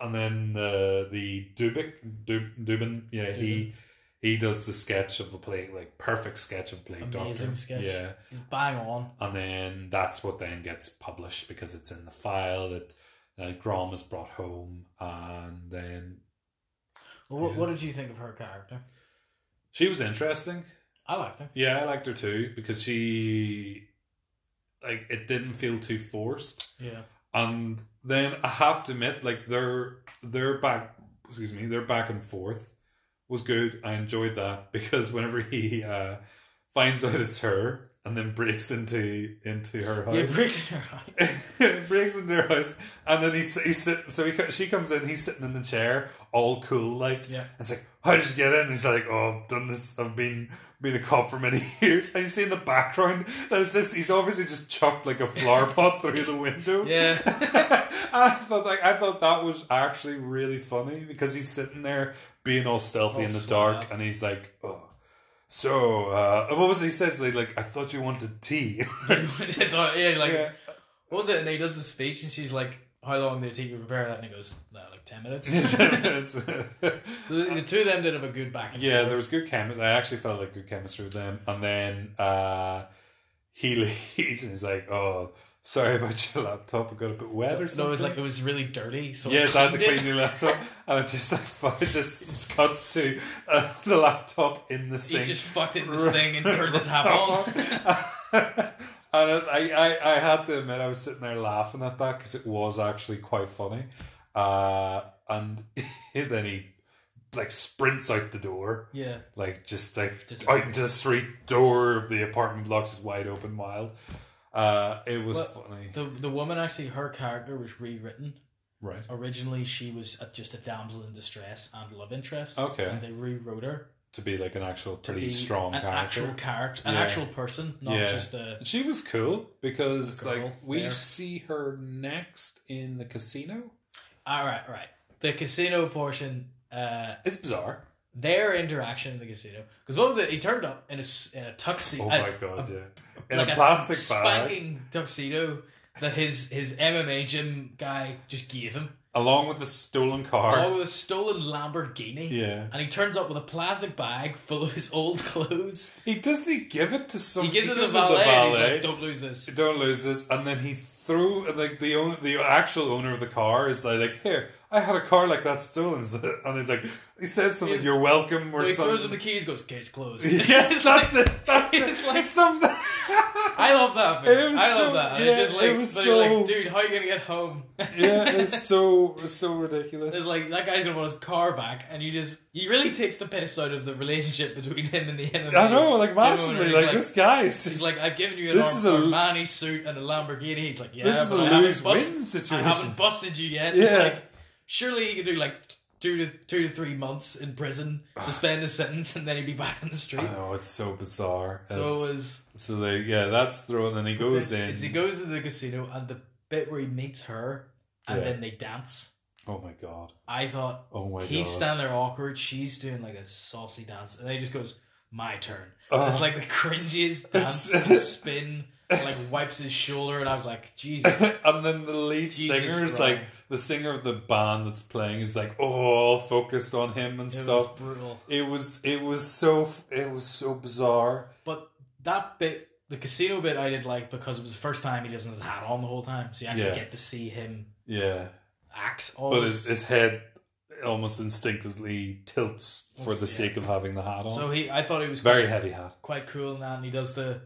and then the the Dubik Dub, Dubin, yeah, he he does the sketch of the plague, like perfect sketch of plague Amazing doctor. sketch. Yeah, He's bang on. and then that's what then gets published because it's in the file that uh, Grom is brought home, and then Well, what, Yeah. what did you think of her character? she was interesting. I liked her. Yeah, I liked her too because she like it didn't feel too forced. Yeah. And then I have to admit, like their their back excuse me, their back and forth was good. I enjoyed that because whenever he uh, finds out it's her and then breaks into into her Yeah, house. breaks in her eyes. it breaks into her house, and then he's, he's sitting. So he, co- she comes in. He's sitting in the chair, all cool, like. Yeah. It's like, how did you get in? He's like, oh, I've done this. I've been been a cop for many years. And you see in the background that it's just, he's obviously just chucked like a flower pot through the window. Yeah. I thought like I thought that was actually really funny because he's sitting there being all stealthy All in the suave. dark and he's like, oh. So, uh, what was it he says? Like, like, I thought you wanted tea. yeah, like Yeah. what was it? And then he does the speech, and she's like, "How long did it take you to prepare that?" And he goes, "No, like ten minutes." so the, the two of them did have a good back. And yeah, forth. there was good chemistry. I actually felt like good chemistry with them. And then uh, he leaves and he's like, oh, sorry about your laptop. It got a bit wet or something. No, it was like it was really dirty. So Yes, I had to cleaned clean your laptop, and it just like it just cuts to uh, the laptop in the it. He sink. just fucked it in the sink and turned the tap on. and it, I, I, I had to admit I was sitting there laughing at that because it was actually quite funny. Uh, and then he like sprints out the door, yeah. like just like Just- out into the street. Door of the apartment blocks is wide open, wild. Uh, it was Well, funny, The the woman actually her character was rewritten. right? Originally, she was a, just a damsel in distress and love interest. Okay. And they rewrote her To be like an actual to pretty be strong an character. actual character, an Yeah. actual person, not Yeah. just a. She was cool because Girl like we there. see her next in the casino. All right, all right. The casino portion. Uh, It's bizarre. their interaction in the casino. Because what was it? He turned up in a s- in a tuxedo, Oh a- my god, a- yeah. In like a plastic bag, spanking tuxedo that his his MMA gym guy just gave him, along with a stolen car. along with a Oh, stolen Lamborghini. yeah. And he turns up with a plastic bag full of his old clothes. He does he give it to some He gives it to the gives valet. and he's valet. like, Don't lose this. don't lose this and then he threw like the own, the actual owner of the car is like, here I had a car like that stolen and he's like he says something He's- you're welcome or So he throws him something the keys. Goes case closed. yes It's that's like- it that's it's it like- It's something I love that. Bit. It was I love so- that. yeah, it's just like, it was but you're so- like, dude, how are you gonna get home? yeah it's so it's so ridiculous It's like that guy's gonna want his car back, and you just he really takes the piss out of the relationship between him and the MMA. I know, like gym massively. owner. He's Like, this guy is He's just, like, I've given you an this is a- Arm- Armani suit and a Lamborghini. He's like, yeah, this is a but I haven't bust- lose-win I situation. haven't busted you yet. Yeah. It's like, surely you could do like two to two to three months in prison, suspend his sentence, and then he'd be back on the I street. know it's so bizarre. So uh, So, it was. so they, yeah, that's thrown, and he goes it's- in. He goes to the casino, and the bit where he meets her, and Yeah. then they dance. oh my god! I thought Oh my He's god! standing there awkward. She's doing like a saucy dance, and then he just goes, "My turn." Oh. it's like the cringiest dance It's- and spin. and, like wipes his shoulder, and I was like, "Jesus." and then the lead Jesus singer is Christ. like the singer of the band that's playing is like, oh, focused on him and It was stuff. brutal, It was it was so it was so bizarre. but that bit, the casino bit, I did like because it was the first time he doesn't have his hat on the whole time, so you actually Yeah. get to see him Yeah, act. but Always. his, his head almost instinctively tilts for the Yeah. sake of having the hat on. so he, I thought he was Very heavy hat. quite cool in that, and he does the,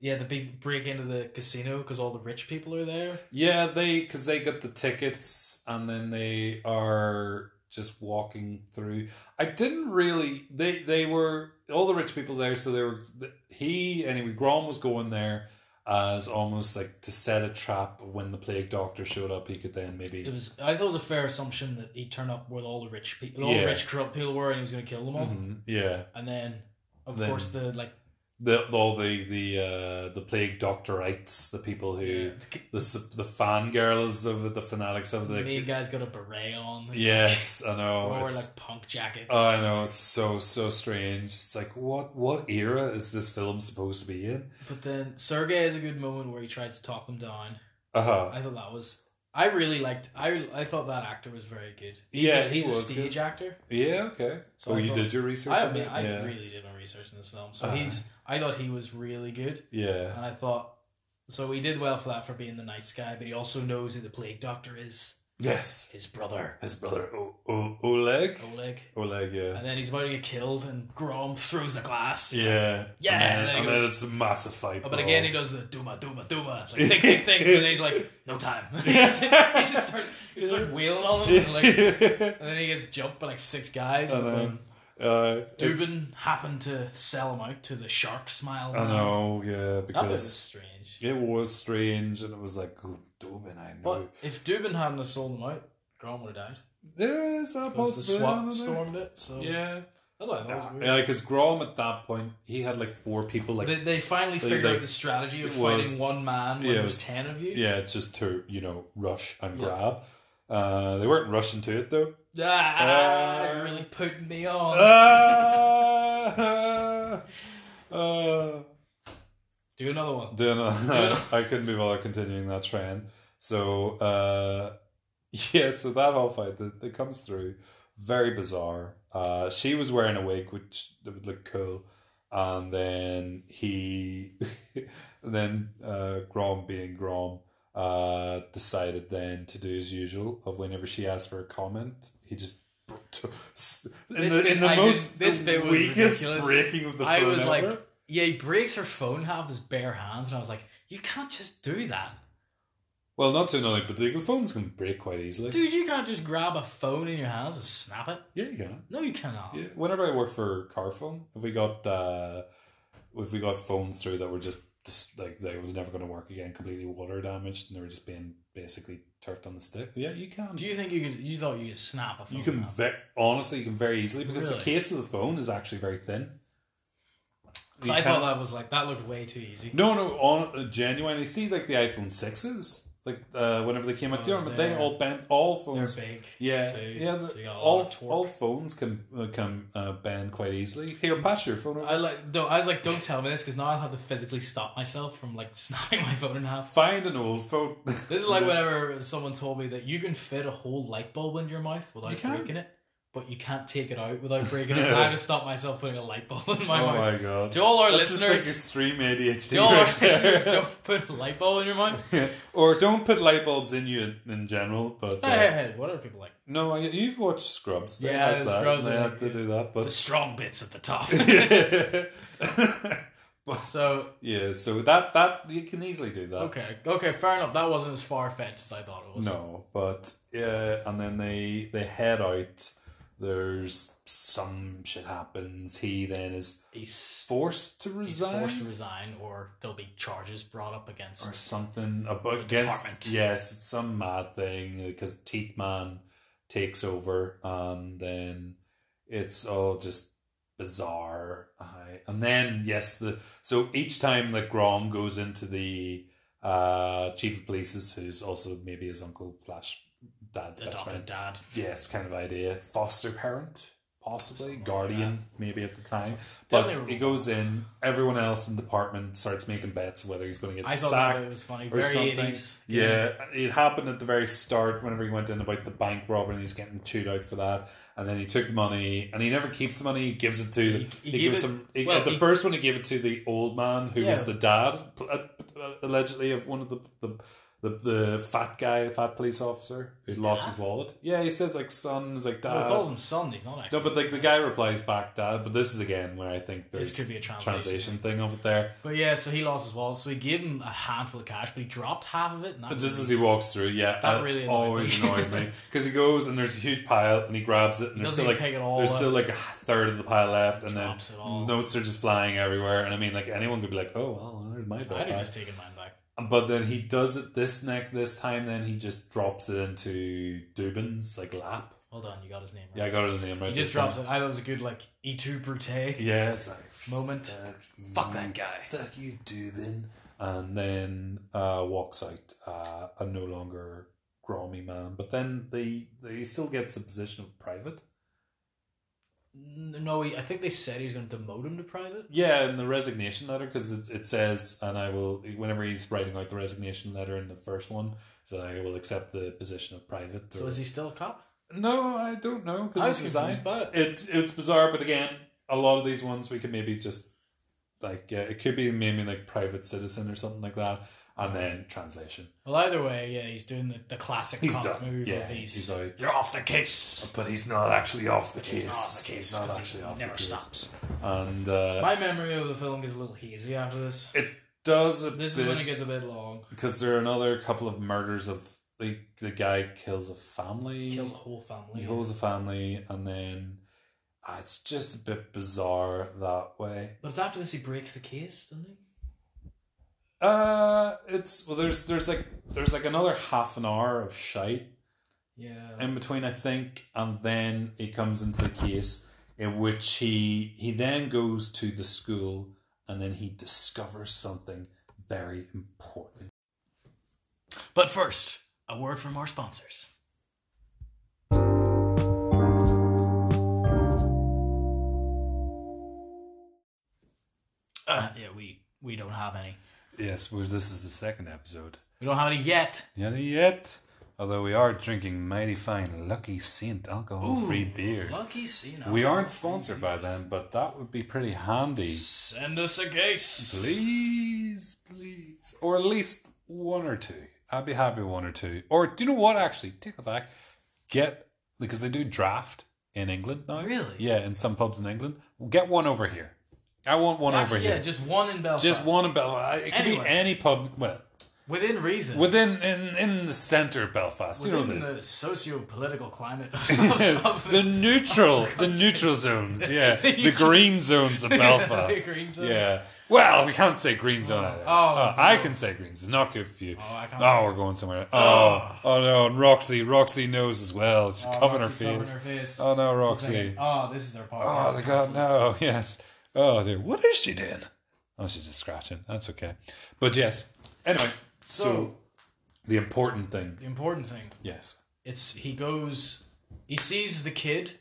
yeah, the big break into the casino because all the rich people are there. Yeah, they because they get the tickets and then they are just walking through. I didn't really. They they were all the rich people there, so they were. He anyway. Grom was going there as almost like to set a trap. When the plague doctor showed up, he could then maybe. It was. I thought it was a fair assumption that he'd turn up with all the rich people, all Yeah. the rich corrupt people were, and he was going to kill them all. Mhm, yeah, And then, of Then- course, the like the all the the uh, the plague doctorites, the people who yeah, the s- the fangirls of it, the fanatics of the, the. main guy's got a beret on. Yes, I Or know. wear oh, it's- Uh, like punk jackets. Oh, I know it's so so strange. It's like what what era is this film supposed to be in? but then Sergey has a good moment where he tries to talk them down. Uh huh. I thought that was. I really liked. I I thought that actor was very good. He's Yeah, a, he he's a was stage good. actor. Yeah. Okay. So oh, I you thought- did your research. I on mean, it? I yeah. really did my research in this film, so Uh-huh. he's. I thought he was really good. Yeah. And I thought, so he did well for that for being the nice guy, but he also knows who the plague doctor is. Yes. His brother, His brother o- o- Oleg. Oleg. Oleg. Yeah. And then he's about to get killed, and Grom throws the glass. Yeah. Yeah, and And then, then it and then goes- it's a massive fight. Oh, But again, he does the Duma, Duma, Duma. It's like, think, think, think. And then he's like, no time. he just, he just starts, he's like wheeling on them. And, like, and then he gets jumped by like six guys. I and know. then Uh, it's- Dubin happened to sell him out to the shark smile. I man. know, yeah, That bit was because strange. it was strange and it was like, oh, Dubin, I know. But if Dubin hadn't have sold him out, Grom would have died. there is a Because the possibility. I SWAT don't know. stormed it. So Yeah. I thought that was weird. Yeah, because Grom at that point, he had like four people, like, They, they finally They- figured they- out the strategy of it was- fighting one man when yeah, it there's was- ten of you. yeah, it's just to, you know, rush and Yeah. grab. Uh, they weren't rushing to it though. Ah, Uh, you're really putting me on. Ah! uh, Do another one. Doing Doing- a, uh, I couldn't be bothered continuing that trend. So uh yeah, so that whole fight that, that comes through, very bizarre. Uh she was wearing a wig which that would look cool. And then he and then uh Grom being Grom uh decided then to do as usual of whenever she asked for a comment, he just in This the, bit- in the I most just- this bit was weakest ridiculous. breaking of the I phone was like, ever. yeah, he breaks her phone in half with his bare hands, and I was like, you can't just do that, Well, not to another, but the phones can break quite easily. dude. You can't just grab a phone in your hands and snap it. Yeah, you can. No, you cannot. Yeah. Whenever I worked for Carphone, if we got uh, if we got phones through that were just, just like they was never going to work again, completely water damaged, and they were just being basically turfed on the stick. Yeah, you can. Do you think you could? You thought you could snap a phone? you can in half? ve- honestly, you can very easily because Really? the case of the phone is actually very thin. 'Cause I You can't- thought that was like that looked way too easy. No, no, on uh, genuinely. See, like the iPhone sixes, like uh, whenever they came out, do you Phones remember they Oh, there. all bent all They're phones big. Yeah, too, yeah. the- so you got a lot all of torque. all phones can uh, can uh, bend quite easily. Here, pass your phone. I like though. I was like, don't tell me this because now I'll have to physically stop myself from like snapping my phone in half. Find an old phone. This is like whenever someone told me that you can fit a whole light bulb into your mouth You without can. breaking it, but you can't take it out without breaking it. I had to stop myself putting a light bulb in my oh mouth. my god! To all our That's just like listeners, extreme ADHD. to all our right there. listeners, don't put a light bulb in your mouth. or don't put light bulbs in you in, in general. But uh, Hey, hey, hey, what are people like? no, I- you've watched Scrubs. They Yeah, has that. Scrubs, They yeah. had to do that, The but strong bits at the top. so yeah. So that that you can easily do that. okay, okay, fair enough. That wasn't as far fetched as I thought it was. No, but yeah, and then they they head out. There's some shit happens. He then is he's, forced to he's resign forced to resign, or there'll be charges brought up against. or something ab- against department. yes, it's some mad thing because Teeth Man takes over and then it's all just bizarre. I, and then yes, the so each time that Grom goes into the uh, chief of police's, who's also maybe his uncle Flash, dad's best friend. Adopted dad. Yes, kind of idea. Foster parent, possibly Something like guardian, maybe at the time. Definitely but he goes in. Everyone else in the department starts making bets whether he's going to get I thought sacked. that was funny. or Very something. 80s. Yeah, it happened at the very start whenever he went in about the bank robbery and he's getting chewed out for that. And then he took the money and he never keeps the money, he gives it to them. he He, gave gives it- them. he- well, at the he- first one, he gave it to the old man who Yeah. was the dad, uh, uh, allegedly, of one of the. the the, the fat guy, fat police officer who's lost his wallet. Yeah, he says like son, he's like dad. Well, he calls him son. He's not actually. Uh, No, but like the guy replies back, "Dad." But this is again where I think there's This could be a translation thing of it there. But yeah, so he lost his wallet, so he gave him a handful of cash, but he dropped half of it. And that But just as he walks through, yeah, That really annoyed always me. annoys me because he goes and there's a huge pile and he grabs it and there's doesn't still even like pick it all there's up. still like a third of the pile left and then Drops it all. notes are just flying everywhere and I mean like anyone could be like, oh well, there's my I'd bad. have just taken mine back. But then he does it this next this time. Then he just drops it into Dubin's like lap. Well done, you got his name right. Yeah, I got his name right. he just this drops time. it. I thought it was a good like E2 Brute Yeah, it's like moment. fuck Fuck you. that guy. fuck you, Dubin. And then uh, walks out uh, a no longer grimy man. But then they, they still gets the position of private. N- No, he, I think they said he was going to demote him to private. Yeah, in the resignation letter, because it, it says, and I will, whenever he's writing out the resignation letter in the first one, so I will accept the position of private. So or- is he still a cop? No, I don't know. I Because was this is I. confused by it. It's it's bizarre, but again, a lot of these ones we could maybe just like uh, it could be maybe like private citizen or something like that, and then translation. Well, either way, yeah, he's doing the, the classic He's cop done. move. Yeah, of he's, he's out. You're off the case. But he's not actually off the He's not off the case. 'cause he never stops. And uh, My memory of the film gets a little hazy after this. it does a This is when it bit gets a bit long. because there are another couple of murders of the the guy kills a family, Kills a whole family. he holds a family, and then Ah, It's just a bit bizarre that way. But it's after this he breaks the case, doesn't he? Uh, it's well. There's there's like there's like another half an hour of shite Yeah. in between, I think, and then he comes into the case in which he he then goes to the school and then he discovers something very important. But first, a word from our sponsors. Uh, yeah, we we don't have any. Yes, well, this is the second episode. We don't have any yet. Not yet. Although we are drinking mighty fine Lucky Saint alcohol-free beers. Lucky Cena. We aren't sponsored by them, but that would be pretty handy. Send us a case. Please, please. Or at least one or two. I'd be happy with one or two. Or do you know what? Actually, take it back. Get, because they do draft in England now. Really? Yeah, in some pubs in England. Get one over here. I want one Actually, over here. yeah, just one in Belfast. Just one in Belfast. It could Anywhere. be any pub. Well, Within reason. within in, in the centre of Belfast. you know Within the, the socio-political climate of, of the neutral, the neutral zones, yeah, the green zones of Belfast. green zones. Yeah. Well, we can't say green zone either. Uh, Oh, I no. can say green zone. Not good for you. Oh, I can't Oh, say- we're going somewhere. Oh, oh, no, and Roxy, Roxy knows as well. She's covering her Roxy's Oh, covering face. her face. Oh no, She's Roxy. thinking, oh, this is their podcast. Oh my God, no. Yes. Oh dear, what is she doing? Oh, she's just scratching. That's okay. But yes. Anyway, so, So- the important thing. The important thing Yes. it's he goes, he sees the kid,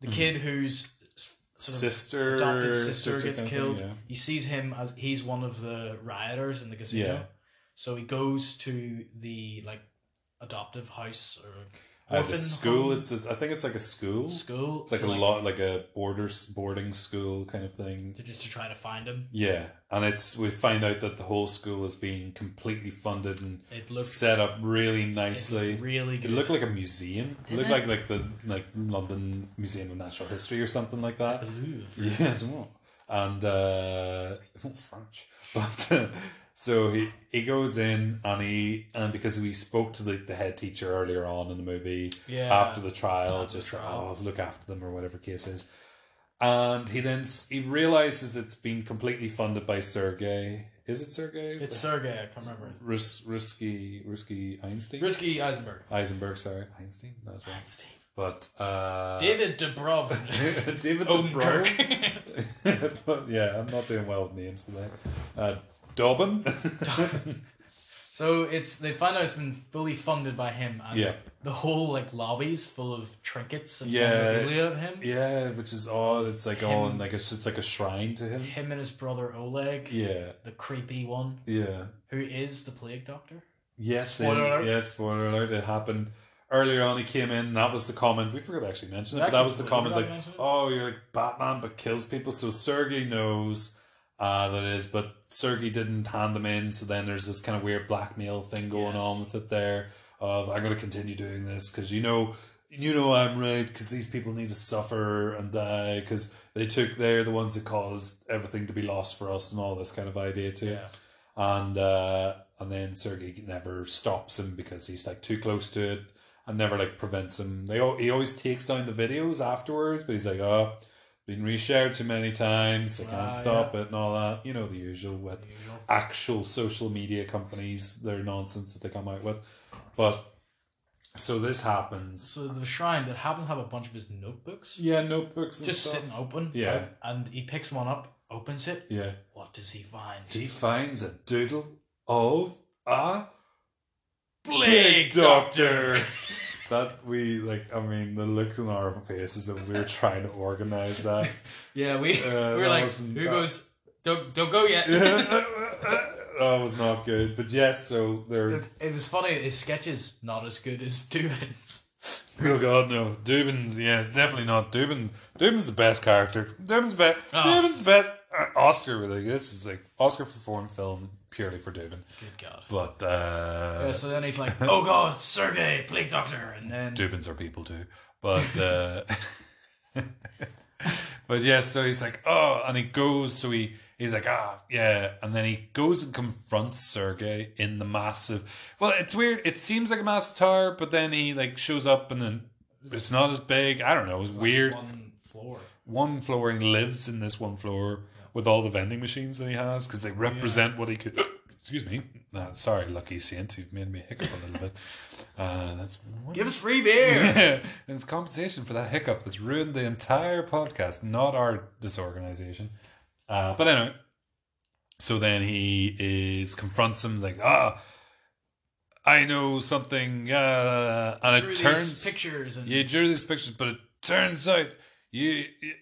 the Mm-hmm. kid whose s- sort of Sister, adopted sister, gets kind of thing, killed. yeah. He sees him as he's one of the rioters in the casino. Yeah. So he goes to the like adoptive house or Uh, orphan the school. home, It's a, I think it's like a school. school. It's like to, a lot, like a border boarding school kind of thing. to just to try to find him. Yeah, and it's we find out that the whole school is being completely funded and It looked set up really it nicely. looked really good. It looked like a museum. It Didn't looked it? like like the like London Museum of Natural History or something like that. Blue. Yes, well. and uh, oh, French. But so he he goes in and he and because we spoke to the, the head teacher earlier on in the movie Yeah. after the trial, After the just trial. oh look after them or whatever case is. And he then s- he realizes it's been completely funded by Sergey. Is it Sergey? It's Sergey. I can't remember. Rus- Rusky Rusky Einstein. Risky Eisenberg. Eisenberg, sorry, Einstein. That's right. Einstein. But uh, David Dubrovnik. David Dobrik. Odenkirk. but yeah, I'm not doing well with names today. Uh, Dobbin. so it's they find out it's been fully funded by him and Yeah. the whole like lobby's full of trinkets and Yeah. memorabilia of him. yeah, which is odd. It's like all in Him. like it's it's like a shrine to him. Him and his brother Oleg, Yeah, the creepy one, yeah. who is the plague doctor. Yes, it- Spoiler alert. yes. Spoiler alert! It happened earlier on. He came in. And that was the comment. We forgot to actually mention it, We but that actually was the forgot comment. to Like, mention it. oh, you're like Batman, but kills people. So Sergey knows uh, that is, but Sergey didn't hand him in. So then there's this kind of weird blackmail thing going Yes. on with it. There of I'm going to continue doing this because you know. You know I'm right because these people need to suffer and die because they took they're the ones that caused everything to be lost for us and all this kind of idea too and uh, and then Sergey never stops him because he's like too close to it and never like prevents him. They al- he always takes down the videos afterwards, but he's like, oh, been reshared too many times. They Ah, can't stop it and all that. You know the usual with the usual. actual social media companies, their nonsense that they come out with. But so this happens. So the shrine that happens to have a bunch of his notebooks Yeah, notebooks and just stuff. sitting open. Yeah. right? And he picks one up, opens it. Yeah. What does he find? He finds a doodle of a Plague doctor. that we like. I mean, the look on our faces as we were trying to organize that. Yeah, we we Uh, that were like, wasn't- who that- goes? Don't don't go yet. that was not good. But yes, so they're. it, it was funny. His sketches not as good as Dubin's. Oh God, no! Dubin's, yeah, it's definitely not Dubin's. Dubin's the best character. Dubin's best. Ah. Oh. Dubin's best. Uh, Oscar, really. This is like Oscar for foreign film, purely for Dubin. Good God. But uh, Yeah, so then he's like, "Oh God, Sergey, plague doctor," and then Dubins are people too. But uh, but yeah, so he's like, oh, and he goes. So he he's like, ah, yeah, and then he goes and confronts Sergey in the massive. Well, it's weird. It seems like a massive tower, but then he like shows up and then. It's not as big. I don't know. It's weird. one floor. one floor and he lives in this one floor with all the vending machines that he has because they Oh, represent what he could. Excuse me. Uh, sorry, lucky saint, you've made me hiccup a little bit. Uh, that's Give us free beer. and it's compensation for that hiccup that's ruined the entire podcast, not our disorganization. Uh, but anyway, so then he is confronts him like, ah, I know something, uh, and Drew it these turns pictures and you drew these pictures, but it turns out you, you-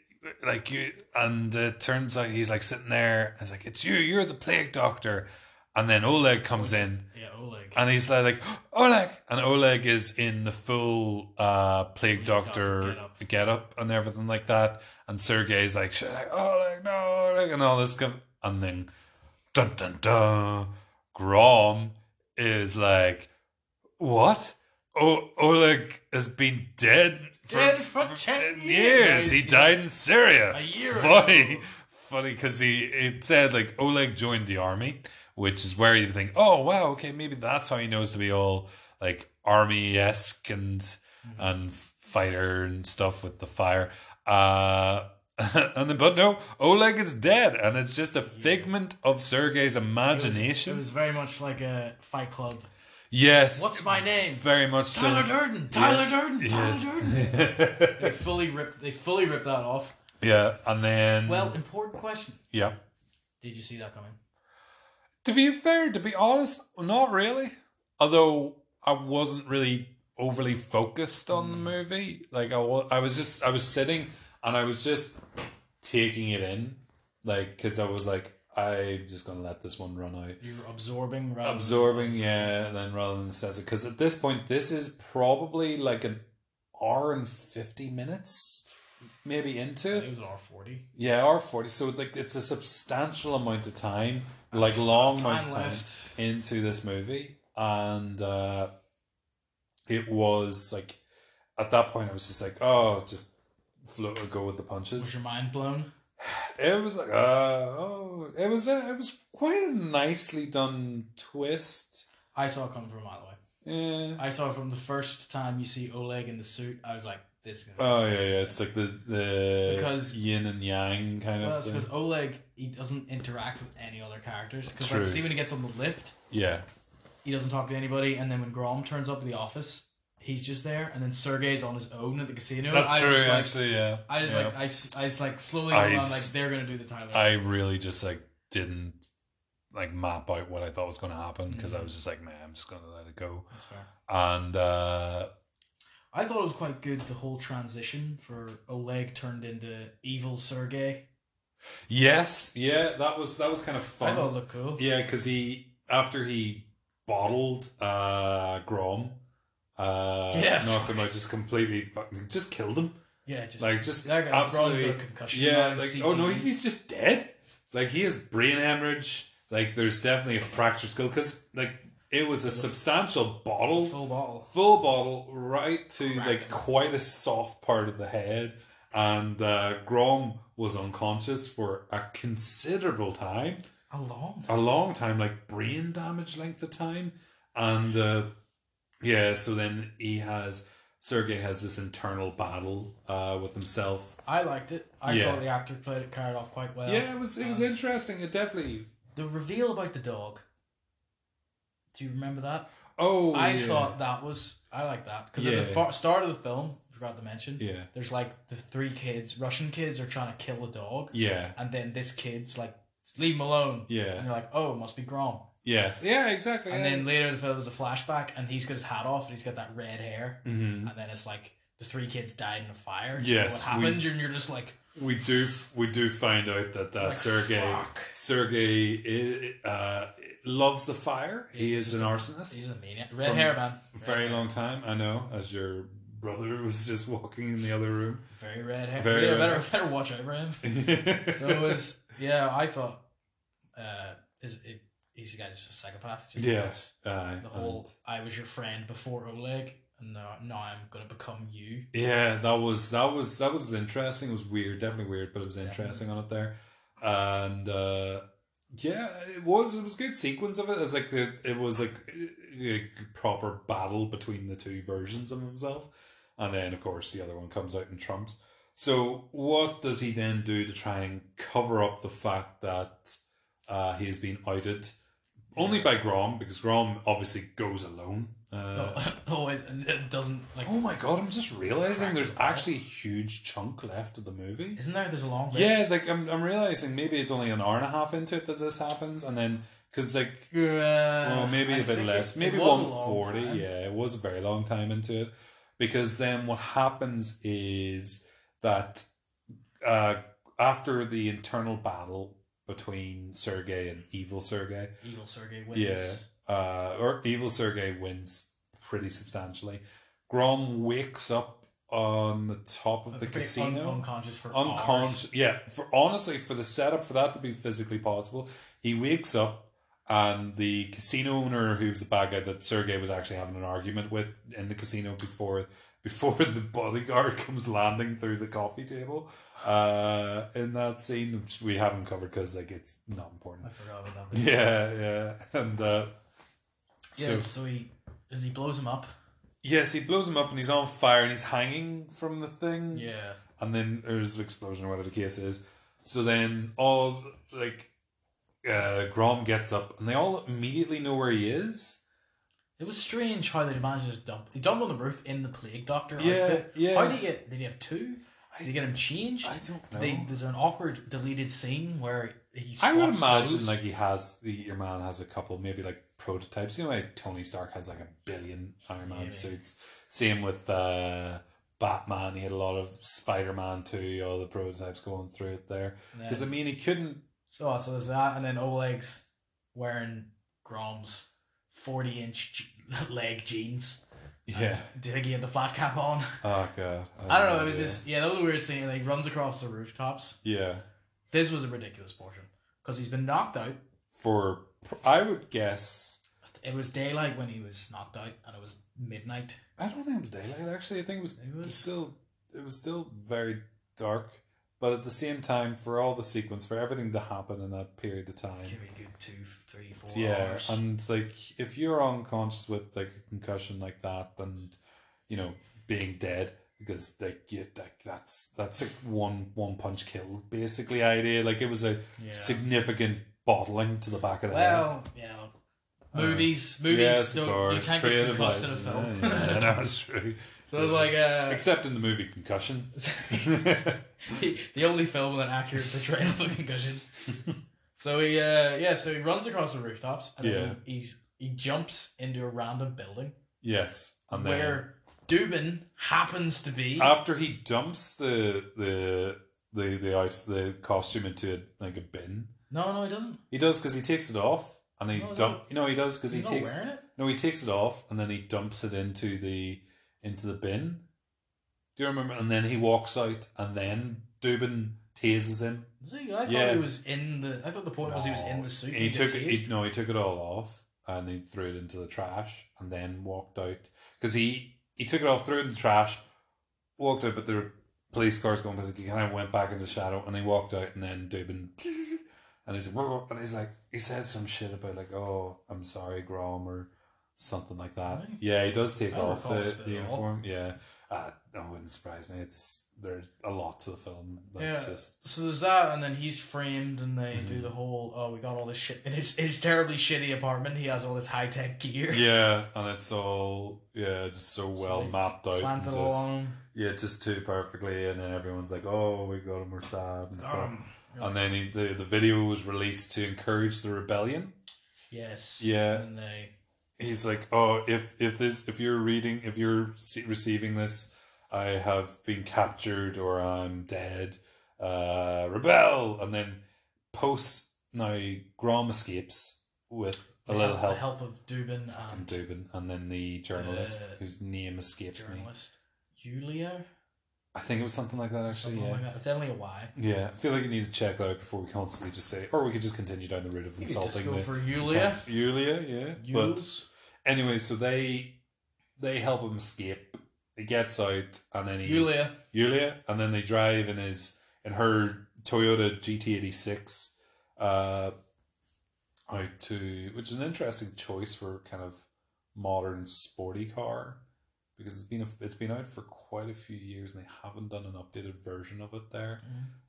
like you, and it turns out he's like sitting there. And it's like it's you. You're the plague doctor, and then Oleg comes in yeah, Oleg. and he's like, like Oleg, and Oleg is in the full uh, plague doctor doctor get up. and everything like that, and Sergei's like, shit, like, Oleg, no, Oleg, and all this stuff, and then, dun dun dun, Grom is like, what? O- Oleg has been dead for, Dead for 10 years. He died in Syria. A year Funny, ago. funny, because he it said like Oleg joined the army, which is where you think, oh wow, okay, maybe that's how he knows to be all like army esque and Mm-hmm. and fighter and stuff with the fire. Uh, and then, but no, Oleg is dead, and it's just a figment of Sergei's It was- imagination. It was very much like a Fight Club. yes, What's my name? very much so. Tyler Durden. Tyler Durden. Yes. Tyler Durden. They fully ripped. They fully ripped that off. yeah, and then Well, important question. yeah. Did you see that coming? To be fair, to be honest, not really. Although I wasn't really overly focused on the movie. Like I was, I was just, I was sitting and I was just taking it in, like because I was like, I'm just gonna let this one run out, You're absorbing. Rather than- absorbing, yeah. And then rather than says it, because at this point, this is probably like an hour and fifty minutes, maybe into it. It was an R forty. Yeah, or forty. So it's like it's a substantial amount of time, like long time amount of time left. into this movie, and uh, it was like at that point I was just like, oh, just float go with the Was punches. your mind blown? It was like, uh, oh, it was a, it was quite a nicely done twist. I saw it coming from a mile away. Yeah. I saw it from the first time you see Oleg in the suit. I was like, this. Is Oh yeah, yeah. It's like the the Because- yin and yang kind Well, of that's thing. because Oleg he doesn't interact with any other characters. Because True. like, see when he gets on the lift, Yeah, he doesn't talk to anybody, and then when Grom turns up at the office, he's just there, and then Sergei's on his own at the casino. that's I true. Just, like, actually, yeah. I just Yeah. like I, s- I just like slowly I I s- on like they're gonna do the Tyler. I really just like didn't like map out what I thought was going to happen because I was just like, man, I'm just going to let it go. That's fair. And uh I thought it was quite good the whole transition for Oleg turned into evil Sergei. yes, yeah, that was that was kind of I thought it fun. looked cool. Yeah, because he after he bottled uh Grom, uh, Yeah. knocked him out, just completely, fucking- just killed him. Yeah, just Like just that guy, Grom's got a absolutely, concussion, yeah. man, Like CTE. oh no, he's just dead. Like he has brain hemorrhage. Like there's definitely a fractured skull because like it was a substantial bottle, full bottle. full bottle, right to like quite a soft part of the head, and uh, Grom was unconscious for a considerable time, A long a long time, like brain damage length of time, and uh, yeah. So then he has. Sergey has this internal battle uh, with himself I liked it. I Yeah. thought the actor played it carried off quite well. yeah, it was it was And interesting. It definitely. The reveal about the dog. Do you remember that? Oh, I yeah. thought that was I like that because at Yeah. the far, start of the film, forgot to mention. Yeah. There's like the three kids, Russian kids, are trying to kill a dog, Yeah. and then this kid's like, "Leave him alone." And Yeah. you're like, "Oh, it must be Grom." Yes. Yeah. Exactly. And then later in the film, there's a flashback, and he's got his hat off, and he's got that red hair, Mhm. and then it's like the three kids died in a fire. and Yes, What happened? And you're just like, we do we do find out that uh, Like, Sergey fuck. Sergey i- uh, loves the fire. He is an arsonist. "He's a maniac." Red From hair, man. Red Very hair. long time. I know. As your brother was just walking in the other room. Very red hair. Very yeah, red better better watch over him. So it was yeah, I thought uh is it he's the guy's just a psychopath. Just Yes. Uh, The whole I was your friend before Oleg and now, now I'm gonna become you. Yeah, that was that was that was interesting. It was weird, definitely weird, but it was interesting on it there. And uh yeah, it was it was a good sequence of it. It's like the, it was like a proper battle between the two versions of himself. And then of course the other one comes out and trumps. So what does he then do to try and cover up the fact that uh, he has been outed only by Grom because Grom obviously goes alone. Oh. Uh, Always and it doesn't like. oh my god! I'm just realizing there's actually a huge chunk left of the movie. Isn't there? There's a long. bit- Yeah, like I'm, I'm realizing maybe it's only an hour and a half into it that this happens, and then because like Uh, well, maybe I a bit think less. it- Maybe it was a one long forty. time. Yeah, it was a very long time into it. Because then what happens is that uh, after the internal battle between Sergey and evil Sergey, Evil Sergey wins. yeah, uh, or evil Sergey wins pretty substantially. Grom wakes up on the top of the Pretty casino un- unconscious for hours. unconscious. Yeah, for honestly, for the setup for that to be physically possible, he wakes up and the casino owner, who's a bad guy that Sergey was actually having an argument with in the casino before before the bodyguard comes landing through the coffee table. Uh, in that scene, which we haven't covered because like it's not important. I forgot about that. Yeah, yeah, and uh, Yeah, so so, he as he blows him up. yes, he blows him up and he's on fire and he's hanging from the thing. Yeah. and then there's an explosion or whatever the case is. So then all like uh, Grom gets up and they all immediately know where he is. It was strange how they managed to just dump. He dumped on the roof in the plague doctor Yeah, outfit. yeah. How did he get? Did he have two? Did he get him changed? I don't They, know. there's an awkward deleted scene where he. I would swaps imagine clothes. like he has the your man has a couple maybe like prototypes. You know like Tony Stark has like a billion Iron Man Maybe. suits. Same with uh, Batman, he had a lot of Spider Man too, all the prototypes going through it there. And Because I then- mean he couldn't so so there's that, and then Oleg's wearing Grom's forty inch leg jeans. Yeah. Did he get the flat cap on? Oh god. I don't know. It was yeah. just yeah, that was a weird scene. Like runs across the rooftops. Yeah. This was a ridiculous portion because he's been knocked out. For I would guess It was daylight when he was knocked out, and it was midnight. I don't think it was daylight. Actually, I think it was, It it was was- still it was still very dark. But at the same time, for all the sequence, for everything to happen in that period of time, Give me a good two, three, four yeah, hours. and like if you're unconscious with like a concussion like that, and you know being dead because like you, like that's that's a one one punch kill basically idea. Like it was a Yeah. significant bottling to the back of the head. well, you know, movies, movies. Uh, yes, of don't, course. You can't get Creative concussed in a license. film. Yeah, yeah, no, it's true. so it was like uh, Except in the movie Concussion. the only film with an accurate portrayal of a concussion. so he, uh, yeah, so he runs across the rooftops, and Yeah. then he, he's he jumps into a random building Yes, and then where Dubin happens to be. after he dumps the the the the out, the costume into a, like a bin, no, no, he doesn't. he does because he takes it off and he No, he's dumps. dump. No, he does because Oh, He's he not takes wearing it. no, he takes it off and then he dumps it into the into the bin. Do you remember? And then he walks out, and then Dubin tases him. Is he? I Yeah. thought he was in the. I thought the point was he was in the suit. He got took it. tased. He, no, he took it all off and he threw it into the trash and then walked out because he he took it off, threw it in the trash, walked out. But there were police cars going, but he kind of went back into shadow and he walked out and then Dubin and he's and he's like he says some shit about like oh I'm sorry Grom or something like that. Really? Yeah, he does take I don't off recall this the, bit the at all. uniform. Yeah, uh, that wouldn't surprise me. It's there's a lot to the film. That's Yeah. just So there's that, and then he's framed, and they Mhm. do the whole oh we got all this shit in his his terribly shitty apartment. He has all this high tech gear. Yeah, and it's all yeah, just so So well they mapped out. and Planted Just, along. him. Yeah, just too perfectly, and then everyone's like, "Oh, we got him, we're sad." And, stuff. Um, and then he, the the video was released to encourage the rebellion. yes. Yeah. And they He's like, "Oh, if if this if you're reading if you're se- receiving this, I have been captured or I'm dead. Uh, rebel!" And then post now Grom escapes with a they little have help. the help of Dubin Fucking and Dubin, and then the journalist Uh, whose name escapes me. journalist Julia. I think it was something like that, actually. something yeah. like that. It's definitely a Y. yeah, I feel like you need to check that out before we constantly just say, or we could just continue down the route of You could just insulting go the for Julia. Yulia, yeah. But Yules. anyway, so they they help him escape. He gets out, and then he Julia. Yulia, and then they drive in his in her Toyota GT86 uh, out to, which is an interesting choice for kind of modern sporty car because it's been a, it's been out for quite a few years and they haven't done an updated version of it there.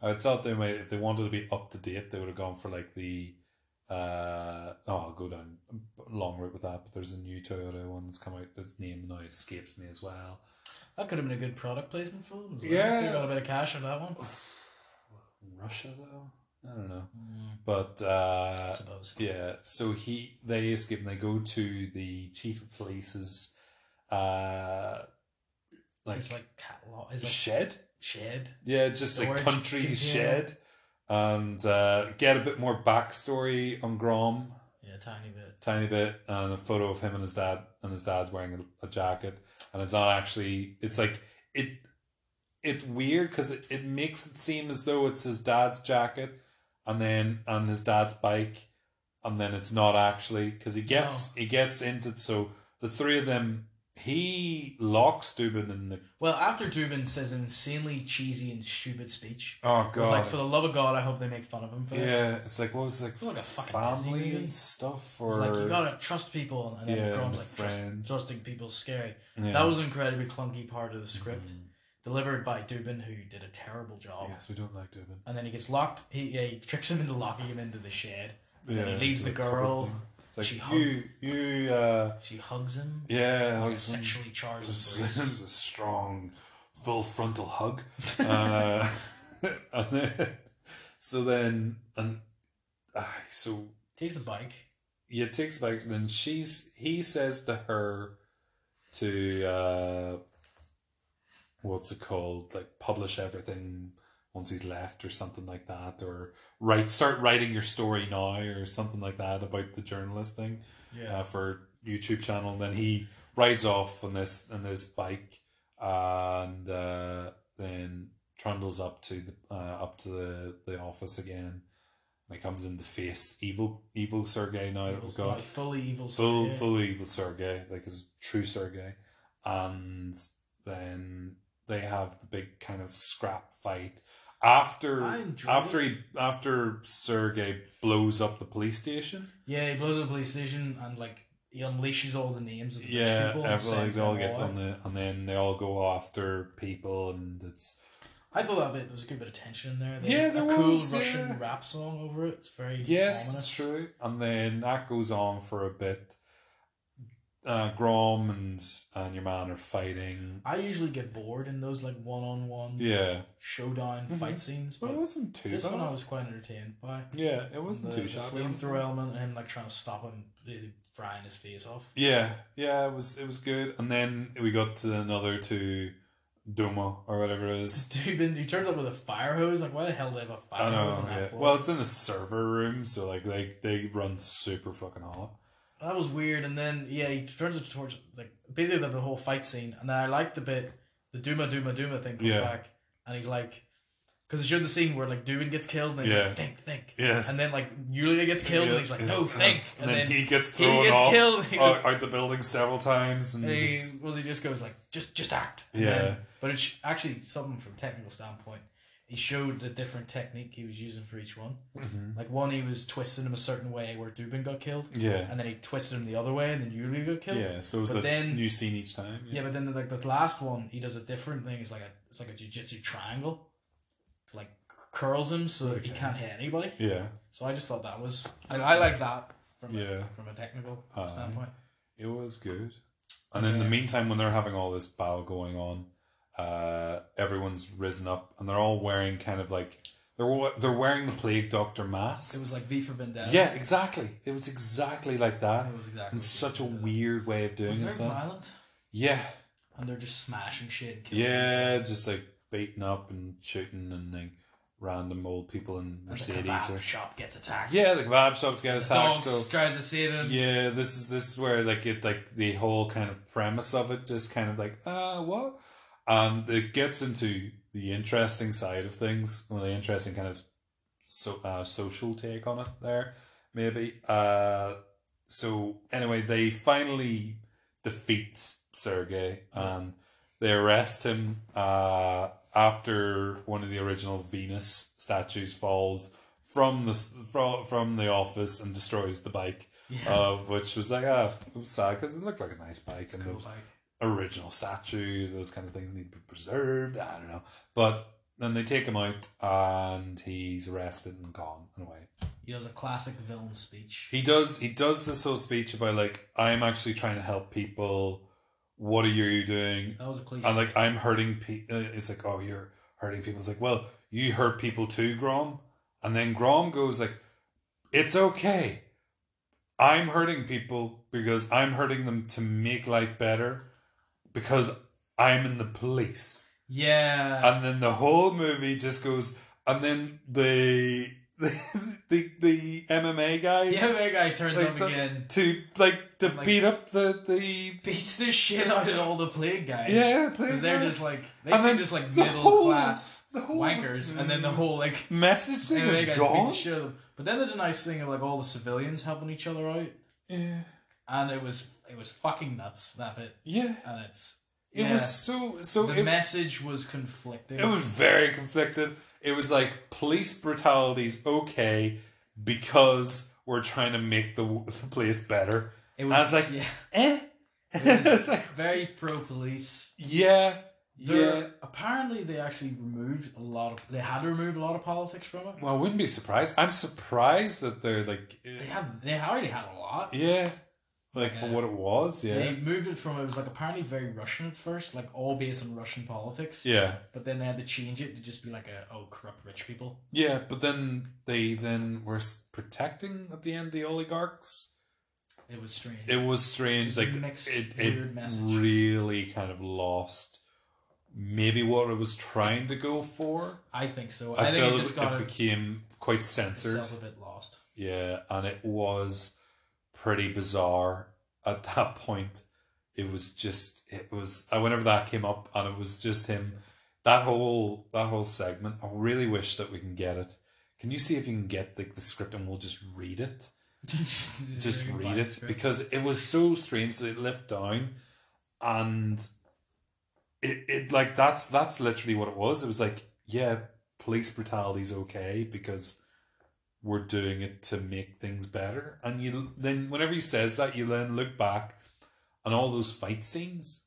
I thought they might if they wanted to be up to date, they would have gone for like the uh oh I'll go down a long route with that, but there's a new Toyota one that's come out that's name now escapes me as well. That could have been a good product placement for them. As well. Yeah. They got a bit of cash on that one. Russia though? I don't know. But uh I suppose. Yeah, so he they escape and they go to the chief of police's uh like, it's like cat lot. It's like shed. shed. Yeah, just like Storage country container. shed. And uh, get a bit more backstory on Grom, Yeah, tiny bit. tiny bit, and a photo of him and his dad, and his dad's wearing a, a jacket, and it's not actually. It's like it. It's weird because it, it makes it seem as though it's his dad's jacket, and then and his dad's bike, and then it's not actually because he gets he gets into so the three of them. He locks Dubin in the Well, after Dubin says an insanely cheesy and stupid speech, oh I was like, for the love of God, I hope they make fun of him for this. Yeah, it's like what was it, like, It's like a fucking Disney family movie. and stuff, or It's like you gotta trust people, and then Yeah, everyone's and like trust- friends. trusting people's scary. Yeah. Mm-hmm. That was an incredibly clunky part of the script, delivered by Dubin, who did a terrible job. Yes, we don't like Dubin. And then he gets locked. He, yeah, he tricks him into locking him into the shed. And then Yeah, he leaves it's the a couple girl. thing. It's like She you, you, uh, She hugs him. yeah, like like a sexually charged it was, it embrace. was a strong, full frontal hug. uh, and then, so then, and uh, so Takes the bike. yeah, it takes back. Then she's he says to her, to uh, what's it called? Like publish everything once he's left, or something like that, or write start writing your story now, or something like that about the journalist thing Yeah. uh, for YouTube channel. And then he rides off on this on this bike, and uh, then trundles up to the uh, up to the, the office again. And he comes in to face evil evil Sergey now that we've Evil's got like fully evil. full yeah. full evil Sergey, like his true Sergey, and then they have the big kind of scrap fight. After I enjoyed after he after Sergey blows up the police station, Yeah, he blows up a police station and like he unleashes all the names of the rich Yeah, people. and everyone, sends they all them get out. on the, and then they all go after people, and it's I thought that bit, there was a good bit of tension there. They Yeah, had there a cool was, Russian yeah. rap song over it. It's very yes, ominous. it's true. And then that goes on for a bit. Uh, Grom and and your man are fighting. I usually get bored in those like one-on-one Yeah, showdown fight scenes, but but it wasn't too this bad. one I was quite entertained by. yeah, it wasn't the, too the shabby. flamethrower element and him like trying to stop him, uh, frying his face off. Yeah, yeah, it was it was good. And then we got to another to Domo or whatever it is. Stupid. He turns up with a fire hose. Like, why the hell do they have a I fire hose know. on that Yeah. floor? Well, it's in a server room, so like they they run super fucking hot. That was weird. And then yeah, he turns it towards like basically the, the whole fight scene. And then I like the bit the Duma Duma Duma thing comes Yeah. back, and he's like, because it showed the scene where like Dubin gets killed, and he's Yeah. like, think, think. Yes. And then like Yulia gets killed, Yeah, and he's like, yeah. no, think. uh-huh. And, then, he gets he thrown gets off, killed, and he out, goes- out the building several times, and and he, it's- was he just goes like, just just act. And Yeah. then- but it's sh- actually something from a technical standpoint. He showed the different technique he was using for each one. Mm-hmm. Like one, he was twisting him a certain way where Dubin got killed, yeah, and then he twisted him the other way, and then Yulia got killed. yeah. So it was But a then- new scene each time. Yeah, but then the, like the last one, he does a different thing. It's like a it's like a jujitsu triangle, like curls him so that he Okay. can't hit anybody. yeah. So I just thought that was I, I like that from Yeah. Uh-huh. a, from a technical Aye. standpoint. It was good. And in the Yeah. meantime, when they're having all this battle going on, uh, everyone's risen up, and they're all wearing kind of like they're wa- they're wearing the plague doctor masks. It was like V for Vendetta. yeah, exactly. It was exactly like that, it was exactly in V for such a Vendetta. weird way of doing it. They're as well. violent Yeah. and they're just smashing shit. And killing Yeah, just like beating up and shooting and like random old people in people. And the Mercedes kebab or shop gets attacked. yeah, the kebab shops get the dog attacked. So tries to save him. yeah, this is this is where like it like the whole kind of premise of it just kind of like uh what, and it gets into the interesting side of things, well, the interesting kind of so uh, social take on it there, maybe. Uh, so anyway, they finally defeat Sergey and they arrest him uh, after one of the original Venus statues falls from the from, from the office and destroys the bike, Yeah. Oh, uh, which was like ah, it was sad because it looked like a nice bike and it Cool, was like, original statue, those kind of things need to be preserved. I don't know. But then they take him out and he's arrested and gone and away. He does a classic villain speech. He does he does this whole speech about like, I'm actually trying to help people. What are you doing? That was a cliche. And like I'm hurting people. It's like, oh, you're hurting people. It's like, well, you hurt people too, Grom. And then Grom goes like, it's okay. I'm hurting people because I'm hurting them to make life better because I'm in the police. yeah. And then the whole movie just goes. And then the the the, the MMA guys the MMA guy turns like up the- again, to like to I'm like- beat up the the beats the shit out of all the plague guys. yeah. Because please. they're just like they And seem then just like the middle whole- class the whole- wankers, and then the whole like message thing MMA is guys beat gone. the shit out of them. But then there's a nice thing of like all the civilians helping each other out, Yeah. and it was it was fucking nuts that bit, Yeah. and it's It Yeah. was so so the it, message was conflicting. it was very conflicted. It was like police brutality's okay because we're trying to make the, the place better. It I was like, yeah, Eh? It was- it's like very pro police. yeah, They're- yeah. Apparently, they actually removed a lot of. They had to remove a lot of politics from it. Well, I wouldn't be surprised. I'm surprised that they're like They eh, had. They already had a lot. yeah, like for Yeah. what it was. Yeah, They moved it from it was like apparently very Russian at first, like all based on Russian politics. yeah, But then they had to change it to just be like a oh corrupt rich people. yeah. But then they then were s- protecting at the end the oligarchs. It was strange. it was strange. It's Like a mixed, it, weird it message. really kind of lost maybe what it was trying to go for. I think so. I, I, think felt it it, just got it became quite censored. itself a bit lost. Yeah, and it was pretty bizarre at that point. It was just it was uh, whenever that came up, and it was just him. That whole that whole segment. I really wish that we can get it. Can you see if you can get the, the script and we'll just read it? just very read bad it script. because it was so strange that it left down and it, it like that's that's literally what it was it was like yeah police brutality's okay because we're doing it to make things better and you then whenever he says that you then look back on all those fight scenes